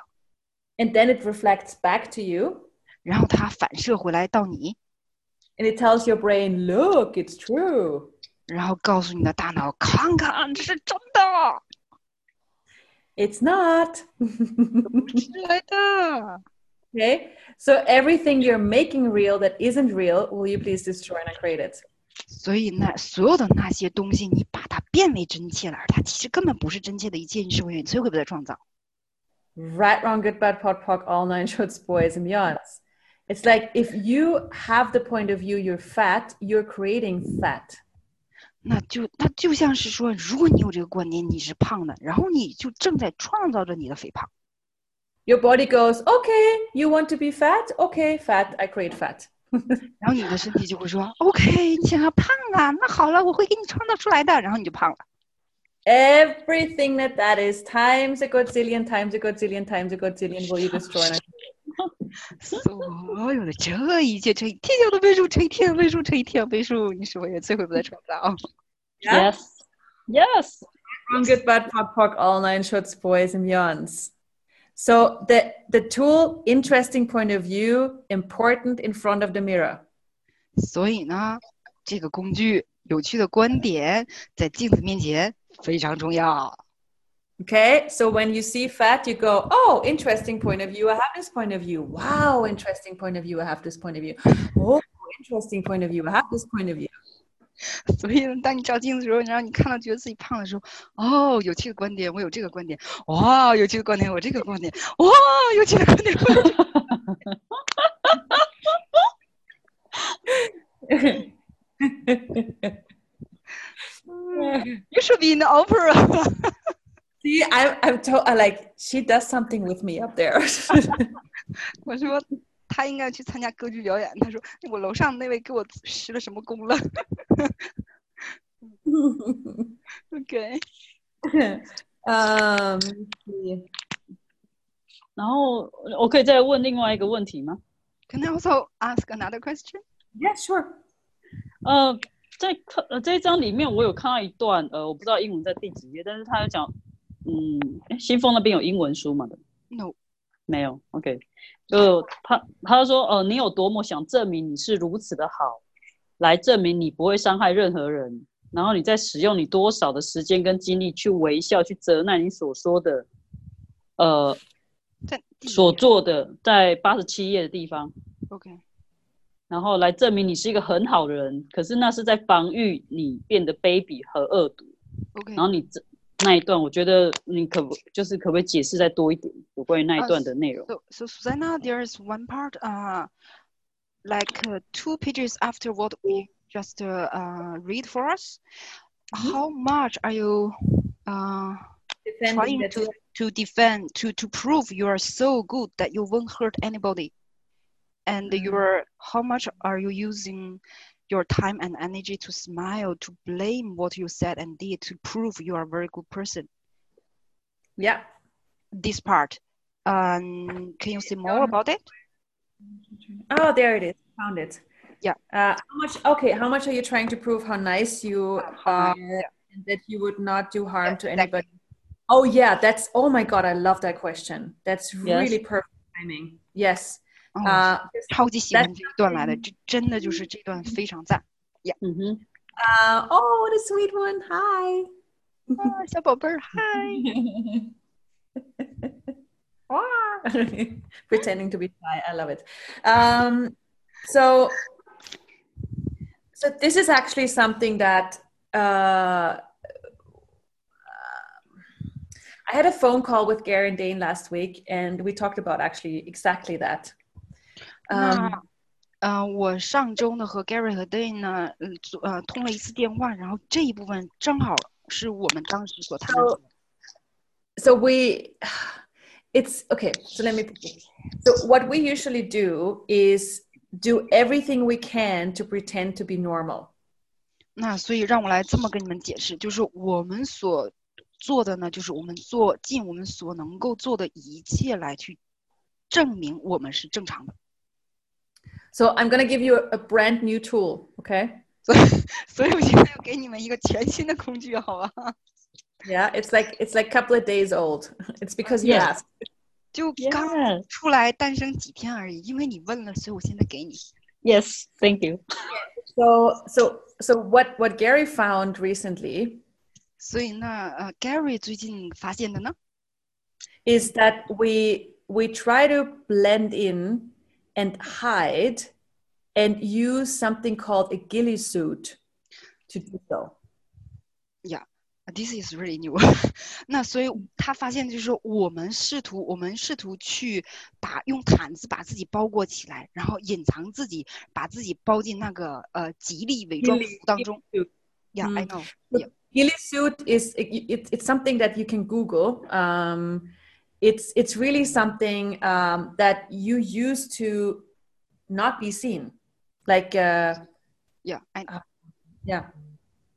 [SPEAKER 3] and then it reflects back to you
[SPEAKER 4] 然后它反射回来到你，
[SPEAKER 3] and it tells your brain look it's true
[SPEAKER 4] 然后告诉你的大脑，看看这是真的，
[SPEAKER 3] It's not. [LAUGHS]
[SPEAKER 4] 是来的。
[SPEAKER 3] okay. So everything you're making real that isn't real, will you please destroy and create it?
[SPEAKER 4] 所以那所有的那些东西，你把它变为真切了，而它其实根本不是真切的一切，你是永远摧毁不了创造。
[SPEAKER 3] Right, wrong, good, bad, pot, pock, all nine [LAUGHS] shots, boys and beyonds. It's like if you have the point of view you're fat, you're creating fat.
[SPEAKER 4] 那就那就像是说，如果你有这个观点，你是胖的，然后你就正在创造着你的肥胖。
[SPEAKER 3] Your body goes, okay, you want to be fat? Okay, fat, I create fat.
[SPEAKER 4] 然后你的身体就会说：“OK，你想要胖啊？那好了，我会给你创造出来的。”然后你就胖了。
[SPEAKER 3] Everything that that is times a godzillion, times a godzillion, times a godzillion, will you destroy and
[SPEAKER 4] 所有的这一切乘以天小的倍数乘以天的倍数乘以天的倍数，你是我也摧毁不再创造。
[SPEAKER 3] Yeah.
[SPEAKER 1] Yes. Yes.
[SPEAKER 3] Wrong, good, bad, pop, pock, all nine shots, boys and yawns. So the the tool, interesting point of view, important in front of the mirror.
[SPEAKER 4] 所以呢，这个工具有趣的观点在镜子面前非常重要。
[SPEAKER 3] Okay, so when you see fat, you go, oh, interesting point of view. I have this point of view. Wow, interesting point of view. I have this point of view. Oh, interesting point of view. I have this point of view.
[SPEAKER 4] [LAUGHS] 所以呢，当你照镜子的时候，然后你看到觉得自己胖的时候，哦，有趣的观点，我有这个观点；哇，有趣的观点，我这个观点；哇，有趣的观点， [LAUGHS] 我有这个
[SPEAKER 3] [LAUGHS]
[SPEAKER 4] You should be in the opera。
[SPEAKER 3] see, I, I'm to- I like she does something with me up there.
[SPEAKER 4] [LAUGHS]
[SPEAKER 3] [LAUGHS]
[SPEAKER 4] 我说他应该去参加歌剧表演。他说我楼上那位给我施了什么功了？OK，
[SPEAKER 3] um, let's see.
[SPEAKER 1] 然后我可以再问另外一个问题吗？
[SPEAKER 4] Can I also ask another question？
[SPEAKER 3] yeah, sure.
[SPEAKER 1] 呃，在课呃这一章里面，我有看到一段，呃，我不知道英文在第几页，但是他有讲，嗯，诶新丰那边有英文书嘛？
[SPEAKER 4] No，
[SPEAKER 1] 没有，OK，就他他说，呃，你有多么想证明你是如此的好，来证明你不会伤害任何人，然后你在使用你多少的时间跟精力去微笑，去责难你所说的，呃，
[SPEAKER 4] 在第一
[SPEAKER 1] 所
[SPEAKER 4] 页
[SPEAKER 1] 做的，在八十七页的地方。
[SPEAKER 4] OK，
[SPEAKER 1] 然后来证明你是一个很好的人，可是那是在防御你变得卑鄙和恶毒。
[SPEAKER 4] OK，
[SPEAKER 1] 然后你这那一段，我觉得你可不就是可不可以解释再多一点有关于那一
[SPEAKER 4] 呃
[SPEAKER 1] 段的内容？
[SPEAKER 4] So, so Susanna, there is one part, uh, like uh, two pages after what we just uh, uh, read for us.
[SPEAKER 3] Mm-hmm.
[SPEAKER 4] How much are you uh,
[SPEAKER 3] Defending
[SPEAKER 4] trying
[SPEAKER 3] the-
[SPEAKER 4] to, to defend, to, to prove you are so good that you won't hurt anybody? And
[SPEAKER 3] Mm.
[SPEAKER 4] you're, how much are you using your time and energy to smile, to blame what you said and did, to prove you are a very good person?
[SPEAKER 3] yeah.
[SPEAKER 4] This part. Um, can you say more
[SPEAKER 3] Um,
[SPEAKER 4] about it?
[SPEAKER 3] Oh, there it is. Found it.
[SPEAKER 4] Yeah.
[SPEAKER 3] Uh, how much? Okay. How much are you trying to prove how nice you
[SPEAKER 4] how
[SPEAKER 3] are
[SPEAKER 4] nice, yeah.
[SPEAKER 3] and that you would not do harm
[SPEAKER 4] Yeah,
[SPEAKER 3] to
[SPEAKER 4] exactly.
[SPEAKER 3] anybody? Oh yeah, that's. Oh my god, I love that question. That's
[SPEAKER 1] Yes.
[SPEAKER 3] really perfect timing. Yes.
[SPEAKER 4] 嗯
[SPEAKER 3] Uh,
[SPEAKER 4] 超级喜欢
[SPEAKER 3] That's
[SPEAKER 4] 这一段来的，
[SPEAKER 3] something-
[SPEAKER 4] 这真的就是这段非常赞。
[SPEAKER 1] 嗯哼，
[SPEAKER 3] uh, oh, what a sweet one. Hi.
[SPEAKER 4] 啊，小宝贝儿， [LAUGHS] 嗨！
[SPEAKER 3] Ah. [LAUGHS] pretending to be shy i love it um, so so this is actually something that uh, i had a phone call with gary and dane last week and we talked about actually exactly that Um,
[SPEAKER 4] 那，呃，嗯我上周呢和 Gary 和 Dane 呢，呃，做呃通了一次电话，然后这一部分正好是我们当时所谈论的。
[SPEAKER 3] so we it's okay so let me put this. so what we usually do is do everything we can to pretend to be normal
[SPEAKER 4] 那所以让我来这么跟你们解释，就是我们所做的呢，就是我们做尽我们所能够做的一切来去证明我们是正常的。
[SPEAKER 3] So I'm gonna give you a, a brand new tool, okay?
[SPEAKER 4] 所以我现在要给你们一个全新的工具，好吧？
[SPEAKER 3] Yeah, it's like it's like a couple of days old. [LAUGHS] It's because you
[SPEAKER 1] Yeah.
[SPEAKER 3] asked.
[SPEAKER 4] 就刚
[SPEAKER 1] Yes,
[SPEAKER 4] [LAUGHS] 出来诞生几天而已，因为你问了，所以我现在给你。
[SPEAKER 1] yes, thank you.
[SPEAKER 3] So so so what what Gary found recently
[SPEAKER 4] 所以呢，呃，Gary 最近发现的呢，
[SPEAKER 3] is that we we try to blend in and hide and use something called a ghillie suit to do so.
[SPEAKER 4] 啊，this is really new 。 [LAUGHS] 那所以他发现就是说我们试图，我们试图去把用毯子把自己包裹起来，然后隐藏自己，把自己包进那个呃吉利嗯伪装服当中。Yeah, I know. Yeah.
[SPEAKER 3] Ghillie suit is it, it, it's something that you can Google. Um, it's it's really something um, that you use to not be seen, like uh,
[SPEAKER 4] Yeah, I
[SPEAKER 3] yeah,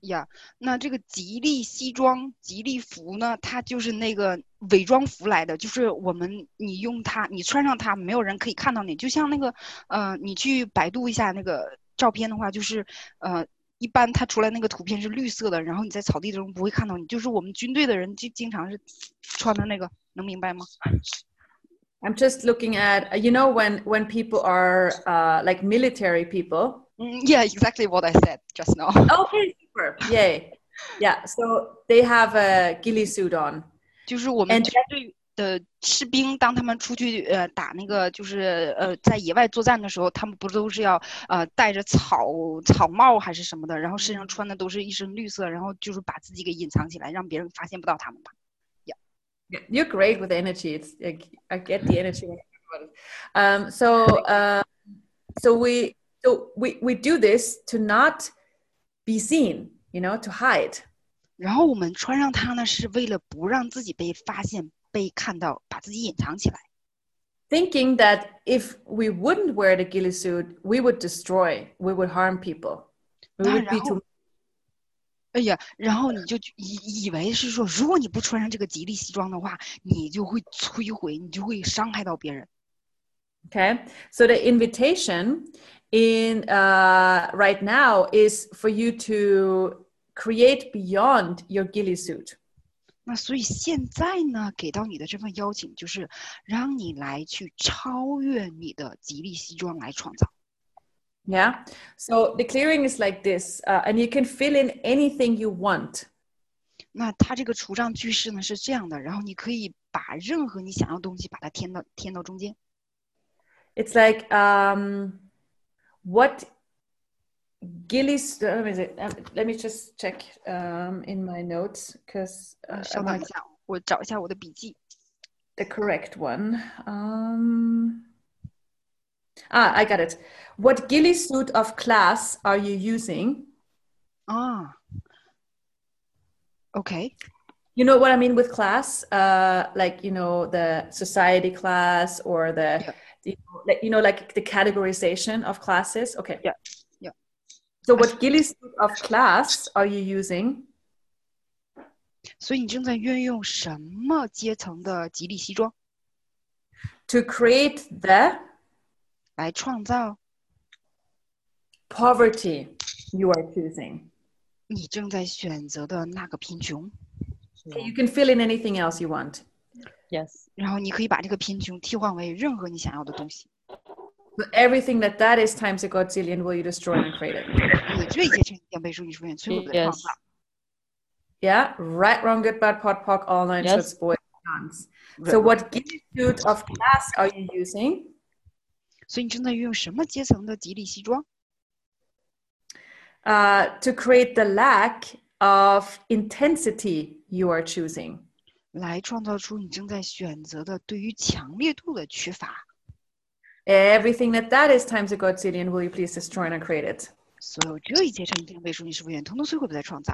[SPEAKER 4] yeah. 那这个吉利西装、吉利服呢，它就是那个伪装服来的，就是我们你用它，你穿上它，没有人可以看到你。就像那个，呃，你去百度一下那个照片的话，就是呃，一般它出来那个图片是绿色的，然后你在草地中不会看到你。就是我们军队的人就经常是穿的那个，能明白吗？
[SPEAKER 3] I'm just looking at uh, you know when when people are uh, like military people.
[SPEAKER 4] 嗯，Yeah, exactly what I said just now. [LAUGHS]
[SPEAKER 3] Okay, super, yay, yeah. So they have a ghillie suit on.
[SPEAKER 4] 就是我们
[SPEAKER 3] And
[SPEAKER 4] 军队的呃士兵，当他们出去呃打那个就是呃在野外作战的时候，他们不都是要呃戴着草草帽还是什么的，然后身上穿的都是一身绿色，然后就是把自己给隐藏起来，让别人发现不到他们吧。
[SPEAKER 3] You're great with energy. It's like I get the energy when I talk about it. Um, so, uh, so we so we we do this to not be seen, you know, to hide.
[SPEAKER 4] 然后我们穿上它呢，是为了不让自己被发现、被看到，把自己隐藏起来。
[SPEAKER 3] Thinking that if we wouldn't wear the ghillie suit, we would destroy, we would harm people. We would be too.
[SPEAKER 4] 哎呀，然后你就以以为是说，如果你不穿上这个吉利西装的话，你就会摧毁，你就会伤害到别人。
[SPEAKER 3] Okay. So the invitation in uh, right now is for you to create beyond your ghillie suit.
[SPEAKER 4] 那所以现在呢，给到你的这份邀请就是让你来去超越你的吉利西装来创造。
[SPEAKER 3] Yeah. So the clearing is like this, uh, and you can fill in anything you want.
[SPEAKER 4] 那它这个除障句式呢是这样的，然后你可以把任何你想要的东西把它填到填到中间。
[SPEAKER 3] It's like um, what ghillie. s- uh, Let me, see, um, let me just check um, in my notes because
[SPEAKER 4] 呃
[SPEAKER 3] uh,
[SPEAKER 4] 稍
[SPEAKER 3] I
[SPEAKER 4] 等
[SPEAKER 3] might
[SPEAKER 4] 一下，我找一下我的笔记。
[SPEAKER 3] the correct one. Um, ah, I got it. What ghillie suit of class are you using?
[SPEAKER 4] 啊，OK，
[SPEAKER 3] You know what I mean with class, uh, like you know the society class or the,
[SPEAKER 4] Yeah.
[SPEAKER 3] the like, you know like the categorization of classes. Okay.
[SPEAKER 4] Yeah. Yeah.
[SPEAKER 3] So what ghillie suit of class are you using?
[SPEAKER 4] 所以你正在运用什么阶层的吉利西装
[SPEAKER 3] to create the
[SPEAKER 4] 来创造
[SPEAKER 3] poverty you are choosing.
[SPEAKER 4] 你正在选择的那个贫穷？
[SPEAKER 3] Okay, you can fill in anything else you want.
[SPEAKER 1] Yes.
[SPEAKER 4] 然后你可以把这个贫穷替换为任何你想要的东西。
[SPEAKER 3] So everything that that is times a godzillion will you destroy and create it.
[SPEAKER 4] 你这一切呈现被数据出现摧毁的创
[SPEAKER 1] Yes.
[SPEAKER 4] 造。
[SPEAKER 3] Yeah, right, wrong, good, bad, pot, pock, all nine
[SPEAKER 1] Yes.
[SPEAKER 3] shorts, boys, guns. So what ghillie suit of class are you using
[SPEAKER 4] 所以你正在运用什么阶层的吉利西装
[SPEAKER 3] uh, to create the lack of intensity you are choosing?
[SPEAKER 4] 来创造出你正在选择的对于强烈度的缺乏？
[SPEAKER 3] Everything that that is times a godzillion will you please destroy and create it.
[SPEAKER 4] 所有这一切呈现被数据是不是统统摧毁不再创造？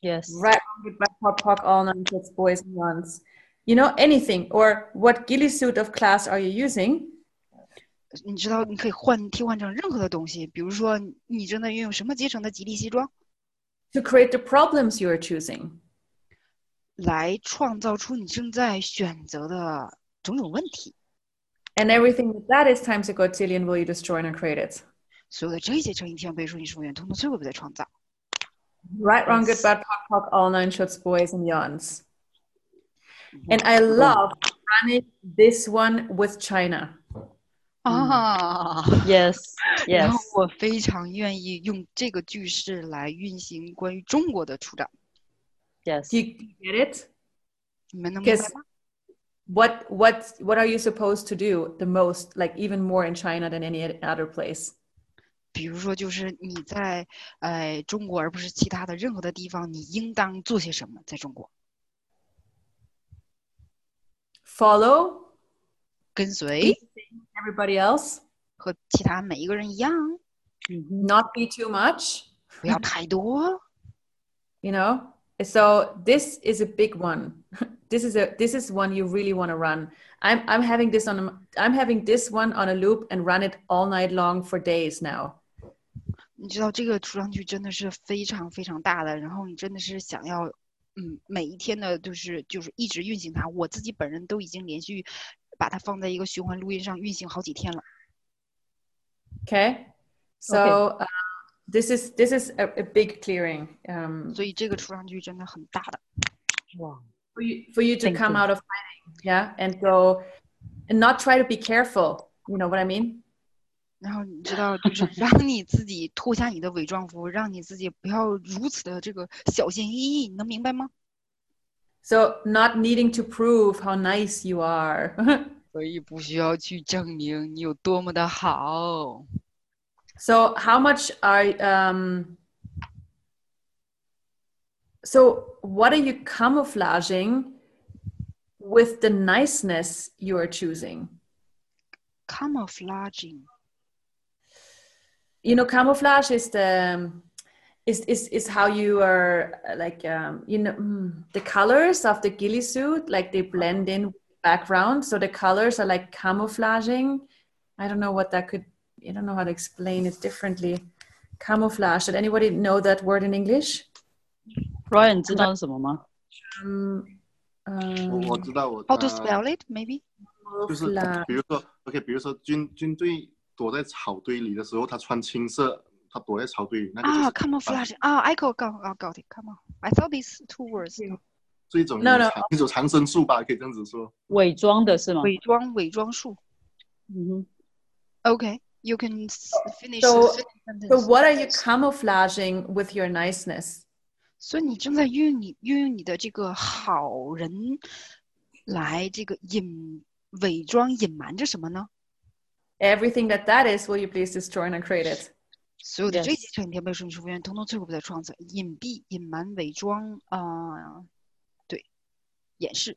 [SPEAKER 1] Yes.
[SPEAKER 3] Right, wrong, good, bad, pop, pop, all nonsense, boys and guns. You know, anything. Or what ghillie suit of class are you using?
[SPEAKER 4] 你知道，你可以换替换成任何的东西，比如说你你正在运用什么阶层的吉利西装，
[SPEAKER 3] To create the problems you are choosing.
[SPEAKER 4] 来创造出你正在选择的种种问题。
[SPEAKER 3] And everything that that is times a godzillion will you destroy and create it.
[SPEAKER 4] 所有的这些乘以替换倍数，你是不是统统摧毁不再创造？
[SPEAKER 3] Right, wrong, good,
[SPEAKER 1] Yes.
[SPEAKER 3] bad, pop, pop, all nine shots, boys and yawns. And I love running this one with China.
[SPEAKER 4] 啊，
[SPEAKER 1] Yes. Yes.
[SPEAKER 4] 然后我非常愿意用这个句式来运行关于中国的出长，
[SPEAKER 1] Yes.
[SPEAKER 3] Do you get it?
[SPEAKER 4] 你们能明
[SPEAKER 3] Because
[SPEAKER 4] 白吗？
[SPEAKER 3] what what what are you supposed to do the most, like even more in China than any other place?
[SPEAKER 4] 比如说，就是你在呃中国，而不是其他的任何的地方，你应当做些什么？在中国，
[SPEAKER 3] Follow
[SPEAKER 4] 跟随
[SPEAKER 3] everybody else,
[SPEAKER 4] 和其他每一个人一样，
[SPEAKER 3] not be too much,
[SPEAKER 4] 不要太多。
[SPEAKER 3] you know? So this is a big one. [LAUGHS] This is a this is one you really want to run. I'm I'm having this on a, I'm having this one on a loop and run it all night long for days now.
[SPEAKER 4] 你知道这个出上去真的是非常非常大的，然后你真的是想要，嗯，每一天的，就是就是一直运行它。我自己本人都已经连续把它放在一个循环录音上运行好几天了。
[SPEAKER 3] Okay? So Uh, this is this is a, a big clearing um,
[SPEAKER 4] 所以这个出上去真的很大的。
[SPEAKER 1] 哇，
[SPEAKER 3] for you, for you to
[SPEAKER 1] Thank
[SPEAKER 3] come
[SPEAKER 1] you.
[SPEAKER 3] out of hiding, yeah, and go and not try to be careful. You know what I mean?
[SPEAKER 4] 然后你知道，就是 [LAUGHS] 让你自己脱下你的伪装服，让你自己不要如此的这个小心翼翼，你能明白吗？
[SPEAKER 3] So not needing to prove how nice you are. [LAUGHS]
[SPEAKER 4] 所以不需要去证明你有多么的好。
[SPEAKER 3] So how much are um so what are you camouflaging with the niceness you are choosing?
[SPEAKER 4] Camouflaging，
[SPEAKER 3] You know, camouflage is the um, is is is how you are uh, like um you know mm, the colors of the ghillie suit like they blend in with the background so the colors are like camouflaging. I don't know what that could I don't know how to explain it differently. Camouflage. Did anybody know that word in English?
[SPEAKER 1] Ryan，你知道是什么吗？
[SPEAKER 3] 嗯
[SPEAKER 2] 我
[SPEAKER 3] 嗯，
[SPEAKER 2] 我知道我
[SPEAKER 4] how to
[SPEAKER 2] 呃
[SPEAKER 4] spell it maybe？
[SPEAKER 2] 就是
[SPEAKER 3] um, camouflage
[SPEAKER 2] 比如说 OK，比如说军军队躲在草堆里的时候，他穿青色，他躲在草堆里，那个就是
[SPEAKER 4] 啊，camouflage 啊，I got got I got it. Come on, I thought these two words.
[SPEAKER 2] 是一种
[SPEAKER 3] No, no.
[SPEAKER 2] 一种长生术吧，可以这样子说。
[SPEAKER 1] 伪装的是吗？
[SPEAKER 4] 伪装伪装术。
[SPEAKER 1] 嗯哼，
[SPEAKER 4] Okay, you can s- finish.
[SPEAKER 3] So-
[SPEAKER 4] the sentence.
[SPEAKER 3] So what are you camouflaging with your niceness?
[SPEAKER 4] 所以你正在运你运用你的这个好人来这个隐伪装隐瞒着什么呢？
[SPEAKER 3] Everything that that is, will you please destroy and create it?
[SPEAKER 4] 所有的这
[SPEAKER 1] Yes.
[SPEAKER 4] 些整天被顺服务员，通通摧毁不再创造、隐蔽、隐瞒、伪装啊、呃对，掩饰。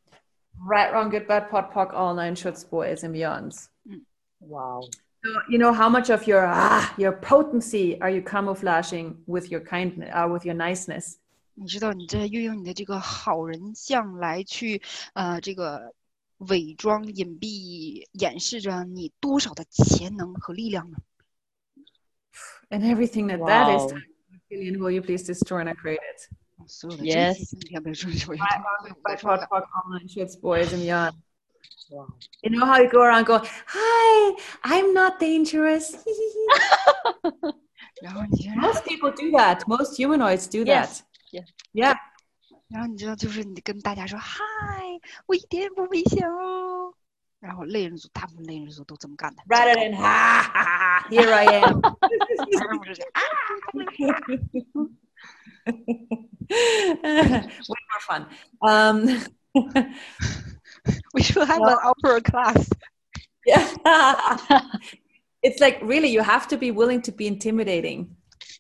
[SPEAKER 3] Right, wrong, good, bad, pot, pock, all nine shoulds, boys and beyonds.
[SPEAKER 1] 哇哦，
[SPEAKER 3] So, you know how much of your ah your potency are you camouflaging with your kindness uh, with your niceness?
[SPEAKER 4] 你知道你在运用你的这个好人相来去呃这个伪装、隐蔽、掩饰着你多少的潜能和力量呢？
[SPEAKER 3] And everything that that is,
[SPEAKER 1] Wow.
[SPEAKER 3] Gillian, will you please destroy and create it?
[SPEAKER 4] 所有的这些
[SPEAKER 1] Yes.
[SPEAKER 4] 整天被顺服务员，
[SPEAKER 3] Right,
[SPEAKER 4] 通
[SPEAKER 3] wrong,
[SPEAKER 4] 通摧毁
[SPEAKER 3] good,
[SPEAKER 4] 不再
[SPEAKER 3] bad,
[SPEAKER 4] 创
[SPEAKER 3] pot,
[SPEAKER 4] 造。
[SPEAKER 3] pock, all nine shoulds, boys and beyond.
[SPEAKER 1] 哇，
[SPEAKER 3] You know how you go around go, hi, I'm not dangerous. [LAUGHS]
[SPEAKER 4] 然后你就让
[SPEAKER 3] Most people do that. Most humanoids do
[SPEAKER 1] Yes.
[SPEAKER 3] that.
[SPEAKER 1] Yes.
[SPEAKER 3] Yeah.
[SPEAKER 4] 然后你知道，就是你跟大家说嗨，我一点也不危险哦。然后类人族大部分类人族都这么干的，
[SPEAKER 3] Rather than ha ha ha, here I [LAUGHS] am.
[SPEAKER 4] 当然不是这样啊，
[SPEAKER 3] Way more fun. Um, [LAUGHS]
[SPEAKER 4] 我说 I'm an upper class，
[SPEAKER 3] yeah. it's like really, you have to be willing to be intimidating.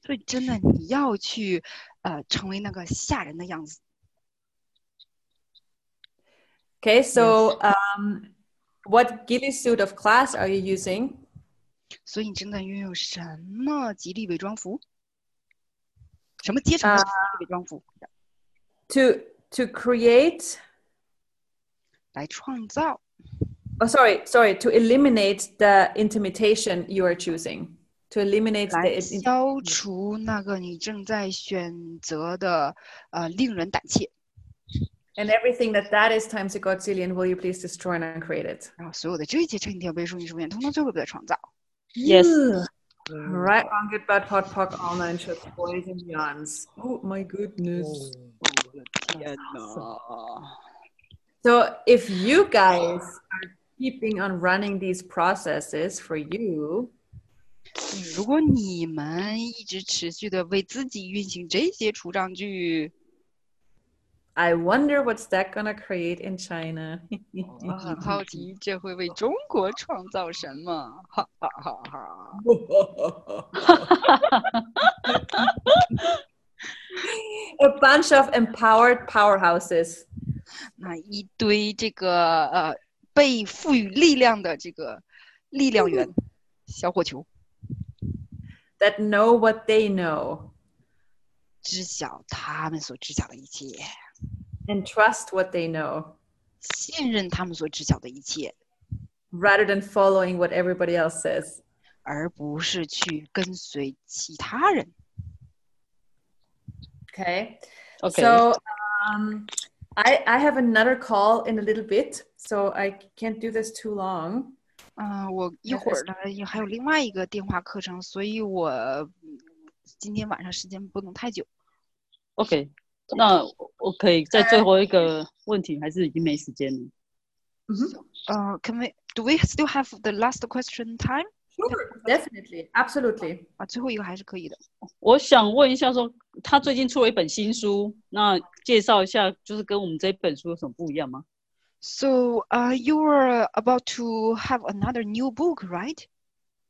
[SPEAKER 4] 所以真的你要去呃成为那个吓人的样子。
[SPEAKER 3] Okay, so um, what ghillie suit of class are you using?
[SPEAKER 4] 所以你真的拥有什么吉利伪装服？什么阶层的
[SPEAKER 3] 啊
[SPEAKER 4] 吉利伪装服
[SPEAKER 3] To to create
[SPEAKER 4] 来创造？
[SPEAKER 3] Oh, sorry, sorry. To eliminate the intimidation you are choosing. To eliminate
[SPEAKER 4] 来
[SPEAKER 3] the.
[SPEAKER 4] 消除那个你正在选择的呃令人胆怯，
[SPEAKER 3] And everything that that is times a godzillion, will you please destroy and uncreate it?
[SPEAKER 4] 然后所有的这一阶层一定要被数据数面，通通摧毁不再创造。
[SPEAKER 1] Yes.
[SPEAKER 3] Ugh. Right, wrong, good, bad, pot, pock, all nine shirts, boys and beyonds. Oh my goodness.
[SPEAKER 4] 天呐！
[SPEAKER 3] So if you guys are keeping on running these processes for you,
[SPEAKER 4] 嗯如果你们一直持续的为自己运行这些除障具，
[SPEAKER 3] I wonder what's that gonna create in China. [LAUGHS]
[SPEAKER 4] 我很好奇这会为中国创造什么？哈哈哈哈！
[SPEAKER 3] a bunch of empowered powerhouses.
[SPEAKER 4] 那一堆这个呃被赋予力量的这个力量源小火球，
[SPEAKER 3] that know what they know
[SPEAKER 4] 知晓他们所知晓的一切，
[SPEAKER 3] and trust what they know
[SPEAKER 4] 信任他们所知晓的一切，
[SPEAKER 3] rather than following what everybody else says.
[SPEAKER 4] 而不是去跟随其他人。
[SPEAKER 3] Okay.
[SPEAKER 1] OK，
[SPEAKER 3] So um, I, I have another call in a little bit, so I can't do this too long.
[SPEAKER 4] 嗯、我一
[SPEAKER 3] 那
[SPEAKER 4] 会
[SPEAKER 3] 还
[SPEAKER 4] 儿呢也还有另外一个电话课程，所以我嗯今天晚上时间不能太久。
[SPEAKER 1] OK，那我我可以在最后一个问题，还是已经没时间了。
[SPEAKER 3] Mhm.
[SPEAKER 4] 呃，can we do we still have the last question time？
[SPEAKER 3] Sure, definitely, absolutely.
[SPEAKER 4] 啊，最后一个还是可以的。
[SPEAKER 1] 我想问一下说他最近出了一本新书，那介绍一下，就是跟我们这本书有什么不一样吗？
[SPEAKER 4] So, uh, you were about to have another new book, right?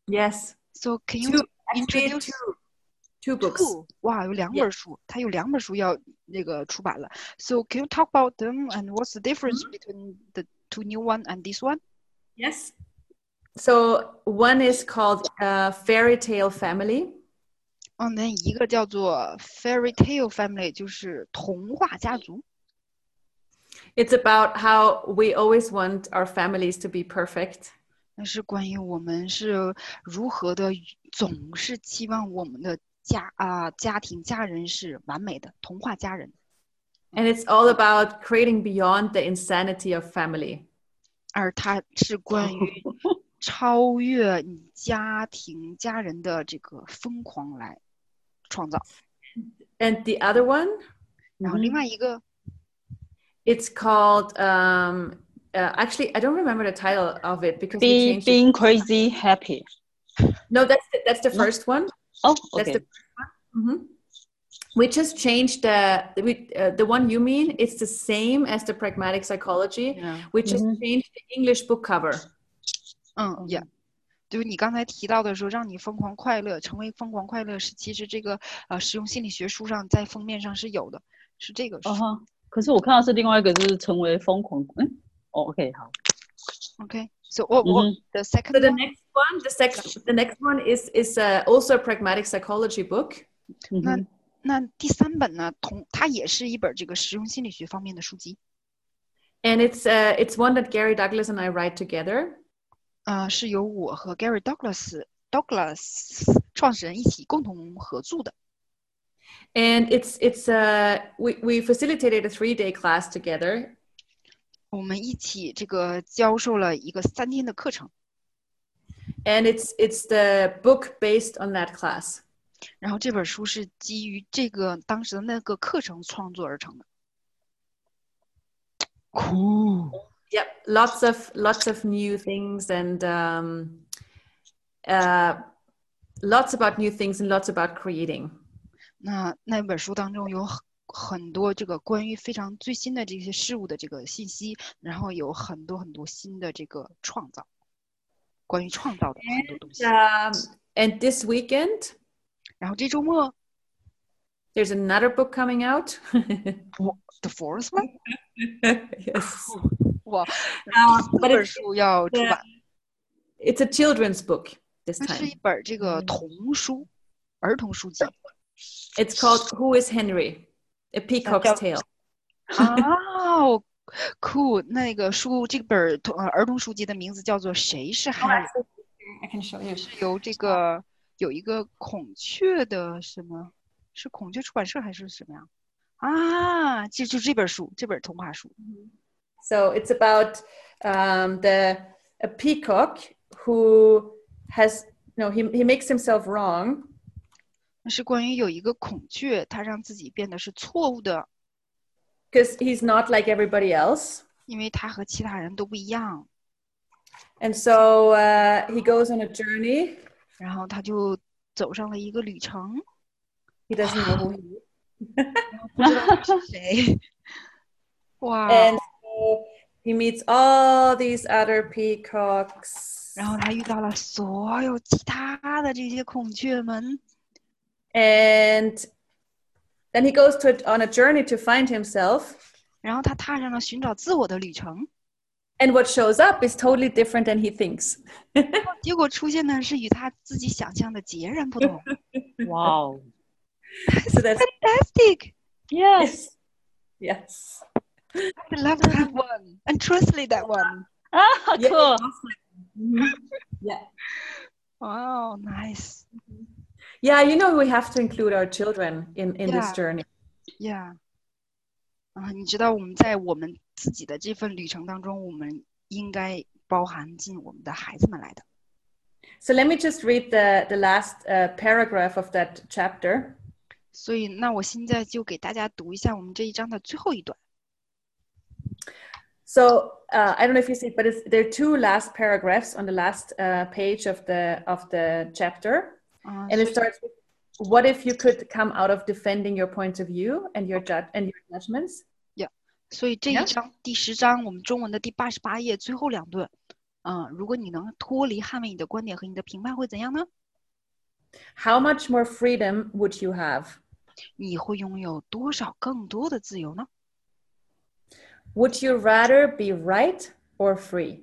[SPEAKER 3] Yes.
[SPEAKER 4] So can you
[SPEAKER 3] Two, actually,
[SPEAKER 4] introduce
[SPEAKER 3] two, two books.
[SPEAKER 4] two? 哇，有两本书，它有两本书要那个出版了。So can you talk about them and what's the difference between the two new one and this one?
[SPEAKER 3] Yes. So one is called uh, Fairy Tale Family.
[SPEAKER 4] 嗯，那一个叫做 Fairy Tale Family，就是童话家族。
[SPEAKER 3] It's about how we always want our families to be perfect.
[SPEAKER 4] 那是关于我们是如何的，总是期望我们的家啊、家庭家人是完美的童话家人，
[SPEAKER 3] And it's all about creating beyond the insanity of family.
[SPEAKER 4] 而它是关于超越你家庭家人的这个疯狂来创造。
[SPEAKER 3] And the other one,
[SPEAKER 4] 然后另外一个
[SPEAKER 3] it's called. Um, uh, actually, I don't remember the title of it because we
[SPEAKER 1] Be
[SPEAKER 3] changed it.
[SPEAKER 1] being crazy happy.
[SPEAKER 3] No, that's the, that's the first one.
[SPEAKER 1] Oh,
[SPEAKER 3] That's
[SPEAKER 1] okay.
[SPEAKER 3] the Mhm. We just changed the we, uh, the one you mean. It's the same as the pragmatic psychology. We just
[SPEAKER 1] Mhm.
[SPEAKER 3] changed the English book cover.
[SPEAKER 4] 嗯，也、就是你刚才提到的说，让你疯狂快乐，成为疯狂快乐是其实这个呃实用心理学书上在封面上是有的，是这个书。
[SPEAKER 1] 哦哈，可是我看到是另外一个，就是成为疯狂。嗯、哦 o k 好。
[SPEAKER 4] OK，so、我我、
[SPEAKER 1] 嗯
[SPEAKER 4] the
[SPEAKER 3] So
[SPEAKER 4] second
[SPEAKER 3] the
[SPEAKER 4] one
[SPEAKER 3] next one, the sex, the next one is is uh, also a pragmatic psychology book.
[SPEAKER 1] 嗯
[SPEAKER 4] 那
[SPEAKER 1] 哼，
[SPEAKER 4] 那第三本呢，同它也是一本这个实用心理学方面的书籍，
[SPEAKER 3] And it's uh, it's one that Gary Douglas and I write together.
[SPEAKER 4] 呃，是由我和 Gary Douglas Douglas 创始人一起共同合著的。
[SPEAKER 3] And it's it's uh, we we facilitated a three day class together,
[SPEAKER 4] 我们一起这个教授了一个三天的课程，
[SPEAKER 3] and it's it's the book based on that class.
[SPEAKER 4] 然后这本书是基于这个当时的那个课程创作而成的。酷，
[SPEAKER 3] Yep, lots of lots of new things and um, uh, lots about new things and lots about creating.
[SPEAKER 4] 那那本书当中有很很多这个关于非常最新的这些事物的这个信息，然后有很多很多新的这个创造，关于创造的很多东西。
[SPEAKER 3] Um, and this weekend
[SPEAKER 4] 然后这周末
[SPEAKER 3] there's another book coming out.
[SPEAKER 4] The Fourth One，
[SPEAKER 3] [LAUGHS] yes,
[SPEAKER 4] 哇，
[SPEAKER 3] 啊
[SPEAKER 4] 第四
[SPEAKER 3] ，but
[SPEAKER 4] 本
[SPEAKER 3] it's-
[SPEAKER 4] 书要出
[SPEAKER 3] yeah.
[SPEAKER 4] 版，
[SPEAKER 3] it's a children's book this
[SPEAKER 4] 它是一
[SPEAKER 3] time.
[SPEAKER 4] 本这个
[SPEAKER 3] 嗯
[SPEAKER 4] 童书，儿童书籍
[SPEAKER 3] It's called "Who Is Henry: A Peacock's
[SPEAKER 1] That's-
[SPEAKER 3] Tale."
[SPEAKER 4] 啊。哦酷，那个书这本童呃儿童书籍的名字叫做《谁是海尔》，
[SPEAKER 3] I can show you.
[SPEAKER 4] 是由这个有一个孔雀的什么，是孔雀出版社还是什么呀？啊，这就这本书，这本童话书，
[SPEAKER 3] So it's about um, the a peacock who has no he he makes himself wrong
[SPEAKER 4] 那是关于有一个孔雀，它让自己变得是错误的，
[SPEAKER 3] because he's not like everybody else,
[SPEAKER 4] 因为它和其他人都不一样。
[SPEAKER 3] and so uh, he goes on a journey.
[SPEAKER 4] 然后他就走上了一个旅程，
[SPEAKER 3] He doesn't know who he is,
[SPEAKER 4] 不知道他是谁。 [LAUGHS] 哇！哦
[SPEAKER 3] and so he meets all these other peacocks,
[SPEAKER 4] 然后他遇到了所有其他的这些孔雀们，
[SPEAKER 3] and then he goes to a, on a journey to find himself.
[SPEAKER 4] 然后他踏上了寻找自我的旅程，
[SPEAKER 3] And what shows up is totally different than he thinks. [LAUGHS]
[SPEAKER 4] 结果出现的是与他自己想象的截然不 [LAUGHS] 同。
[SPEAKER 1] 哇哦
[SPEAKER 3] So that's
[SPEAKER 4] Fantastic!
[SPEAKER 1] ，Yes，
[SPEAKER 3] yes.
[SPEAKER 4] I love [LAUGHS] that one and trustly that one. [LAUGHS]
[SPEAKER 1] 啊，好酷
[SPEAKER 3] Yeah,
[SPEAKER 1] 哦
[SPEAKER 3] Mhm. yeah.
[SPEAKER 4] Wow, nice.
[SPEAKER 3] Yeah, you know, we have to include our children in, in this
[SPEAKER 4] Yeah.
[SPEAKER 3] journey.
[SPEAKER 4] Yeah，啊，你知道我们在我们自己的这份旅程当中，我们应该包含进我们的孩子们来的。
[SPEAKER 3] So let me just read the, the last uh, paragraph of that chapter.
[SPEAKER 4] 所以，那我现在就给大家读一下我们这一章的最后一段。
[SPEAKER 3] So uh, I don't know if you see it, but it's, there are two last paragraphs on the last uh, page of the, of the chapter.
[SPEAKER 4] 啊，
[SPEAKER 3] And it starts with, what if you could come out of defending your points of view and your, judge and your judgments?
[SPEAKER 4] 所以这一
[SPEAKER 3] 行
[SPEAKER 4] 章第十章，我们中文的第八十八页最后两段。嗯，如果你能脱离捍卫你的观点和你的评判，会怎样呢？
[SPEAKER 3] How much more freedom would you have?
[SPEAKER 4] 你会拥有多少更多的自由呢？
[SPEAKER 3] Would you rather be right or free?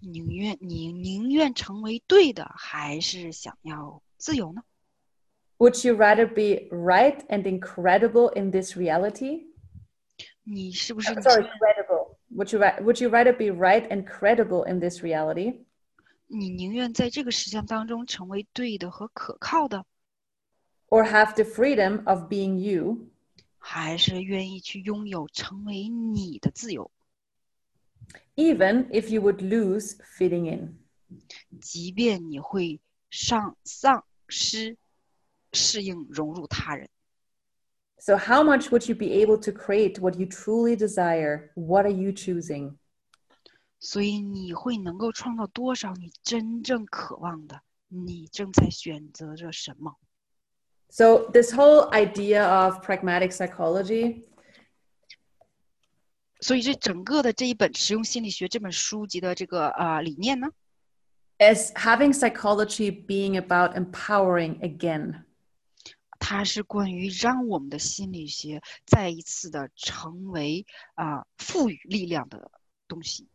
[SPEAKER 4] 宁愿你宁愿成为对的，还是想要自由呢？
[SPEAKER 3] Would you rather be right and incredible in this reality?
[SPEAKER 4] 你是不是你
[SPEAKER 3] 啊 Sorry, credible. Would you, ra- would you rather be right and credible in this reality?
[SPEAKER 4] 你宁愿在这个实相当中成为对的和可靠的，
[SPEAKER 3] Or have the freedom of being you?
[SPEAKER 4] 还是愿意去拥有成为你的自由？
[SPEAKER 3] Even if you would lose fitting in.
[SPEAKER 4] 即便你会上丧失适应融入他人。
[SPEAKER 3] So, how much would you be able to create what you truly desire? What are you choosing?
[SPEAKER 4] 所以你会能够创造多少你真正渴望的？你正在选择着什么？
[SPEAKER 3] So, this whole idea of pragmatic psychology,
[SPEAKER 4] 所以这整个的这一本《实用心理学》这本书籍的这个呃理念呢，
[SPEAKER 3] is having psychology being about empowering again.
[SPEAKER 4] 它是关于让我们的心理学再一次的成为啊、呃赋予力量的东西。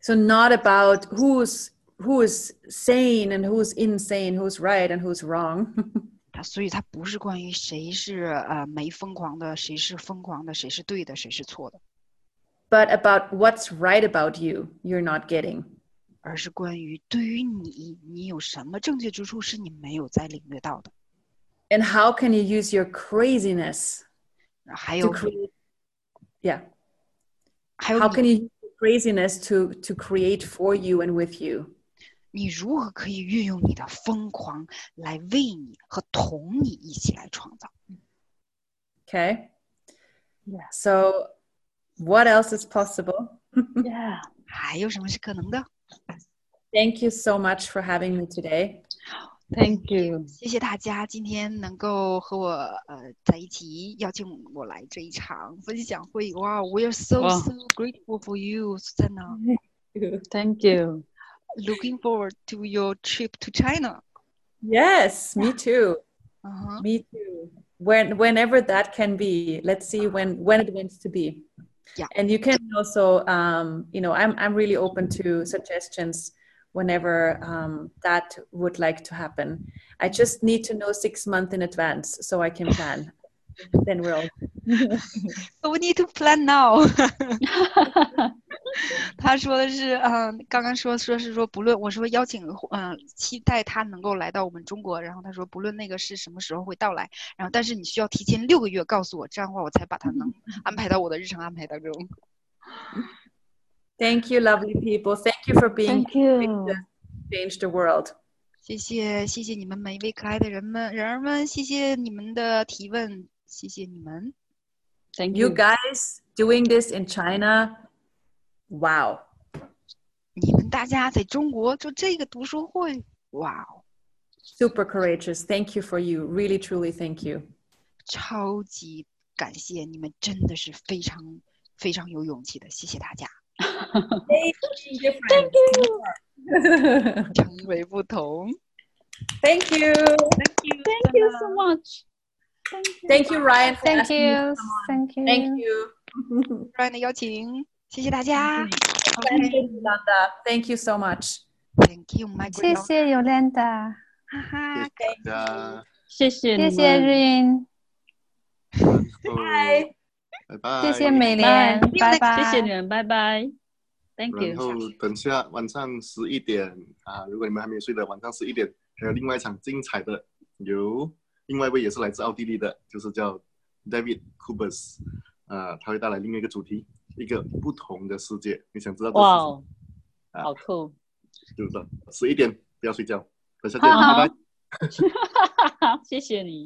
[SPEAKER 3] So, not about who's who is sane and who's insane, who's right and who's wrong. [LAUGHS]
[SPEAKER 4] 它所以它不是关于谁是呃没疯狂的，谁是疯狂的，谁是对的，谁是错的，
[SPEAKER 3] but about what's right about you you're not getting
[SPEAKER 4] 而是关于对于你，你有什么正确之处是你没有在领略到的。
[SPEAKER 3] and how can you use your craziness
[SPEAKER 4] 还
[SPEAKER 3] to
[SPEAKER 4] 有
[SPEAKER 3] create yeah
[SPEAKER 4] 还有
[SPEAKER 3] how
[SPEAKER 4] 你
[SPEAKER 3] can you use your craziness to to create for you and with you
[SPEAKER 4] 你如何可以运用你的疯狂来为你和同你一起来创造？
[SPEAKER 3] okay
[SPEAKER 1] Yeah.
[SPEAKER 3] so what else is possible
[SPEAKER 1] Yeah.
[SPEAKER 4] 还有什么是可能的？
[SPEAKER 3] thank you so much for having me
[SPEAKER 1] [LAUGHS]
[SPEAKER 3] today
[SPEAKER 1] Thank you.
[SPEAKER 4] 谢谢大家今天能够和我呃在一起，邀请我来这一场分享会。哇、w e are so
[SPEAKER 1] 哇
[SPEAKER 4] so grateful for you，真的
[SPEAKER 1] Thank you.
[SPEAKER 4] Looking forward to your trip to China。
[SPEAKER 3] yes me too
[SPEAKER 4] 嗯哼，
[SPEAKER 3] me too when whenever that can be let's see when when it wants to be
[SPEAKER 4] Yeah.
[SPEAKER 3] and you can also um, you know i'm i'm really open to suggestions whenever um, that would like to happen i just need to know six months in advance so i can
[SPEAKER 1] [LAUGHS]
[SPEAKER 3] plan then we're all
[SPEAKER 4] So we need to plan [LAUGHS] now 他说的是，嗯、刚刚说说是说，不论我说邀请，嗯、期待他能够来到我们中国，然后他说不论那个是什么时候会到来，然后但是你需要提前六个月告诉我，这样的话我才把它能安排到我的日程安排当中。
[SPEAKER 3] thank you lovely people thank you for being
[SPEAKER 1] Thank you.
[SPEAKER 3] change the world
[SPEAKER 4] [LAUGHS] 谢谢谢谢你们每一位可爱的人们人儿们，谢谢你们的提问，谢谢你们。
[SPEAKER 1] Thank
[SPEAKER 3] you guys doing this in china wow
[SPEAKER 4] 你们大家在中国做这个读书会，哇哦，
[SPEAKER 3] super courageous thank you for you really truly thank you
[SPEAKER 4] 超级感谢你们，真的是非常非常有勇气的，谢谢大 [LAUGHS] 家，
[SPEAKER 3] Thank you.
[SPEAKER 4] 成为不同。
[SPEAKER 3] Thank you.
[SPEAKER 1] Thank you so much.
[SPEAKER 3] Thank you, Ryan. for
[SPEAKER 6] Thank
[SPEAKER 3] asking me to
[SPEAKER 6] you.
[SPEAKER 3] come
[SPEAKER 6] Thank
[SPEAKER 3] on.
[SPEAKER 6] you.
[SPEAKER 3] Thank you.
[SPEAKER 4] Brian 的邀请，谢谢大家。
[SPEAKER 3] Thank you, Yolanda. Thank you so much.
[SPEAKER 4] Thank you, my
[SPEAKER 6] 谢
[SPEAKER 4] good lord
[SPEAKER 6] 谢 Yolanda，
[SPEAKER 4] 哈哈，
[SPEAKER 2] 谢谢大家，
[SPEAKER 1] 谢谢你
[SPEAKER 6] 谢
[SPEAKER 1] 们，
[SPEAKER 6] 谢日英，
[SPEAKER 2] 拜拜拜，
[SPEAKER 6] 谢谢美莲，拜拜，
[SPEAKER 1] 谢谢你们，拜拜。Thank
[SPEAKER 2] 然
[SPEAKER 1] you。
[SPEAKER 2] 后等下晚上十一点啊，如果你们还没有睡的，晚上十一点还有另外一场精彩的，由另外一位也是来自奥地利的，就是叫 David Kubers，啊，他会带来另外一个主题，一个不同的世界。你想知道这是
[SPEAKER 1] 哇
[SPEAKER 2] 什么？
[SPEAKER 1] 哦，
[SPEAKER 2] 啊
[SPEAKER 1] 好酷！
[SPEAKER 2] 就知道十一点不要睡觉，等下见，
[SPEAKER 1] 好
[SPEAKER 2] 拜拜。
[SPEAKER 1] [LAUGHS] 哈哈，谢谢你。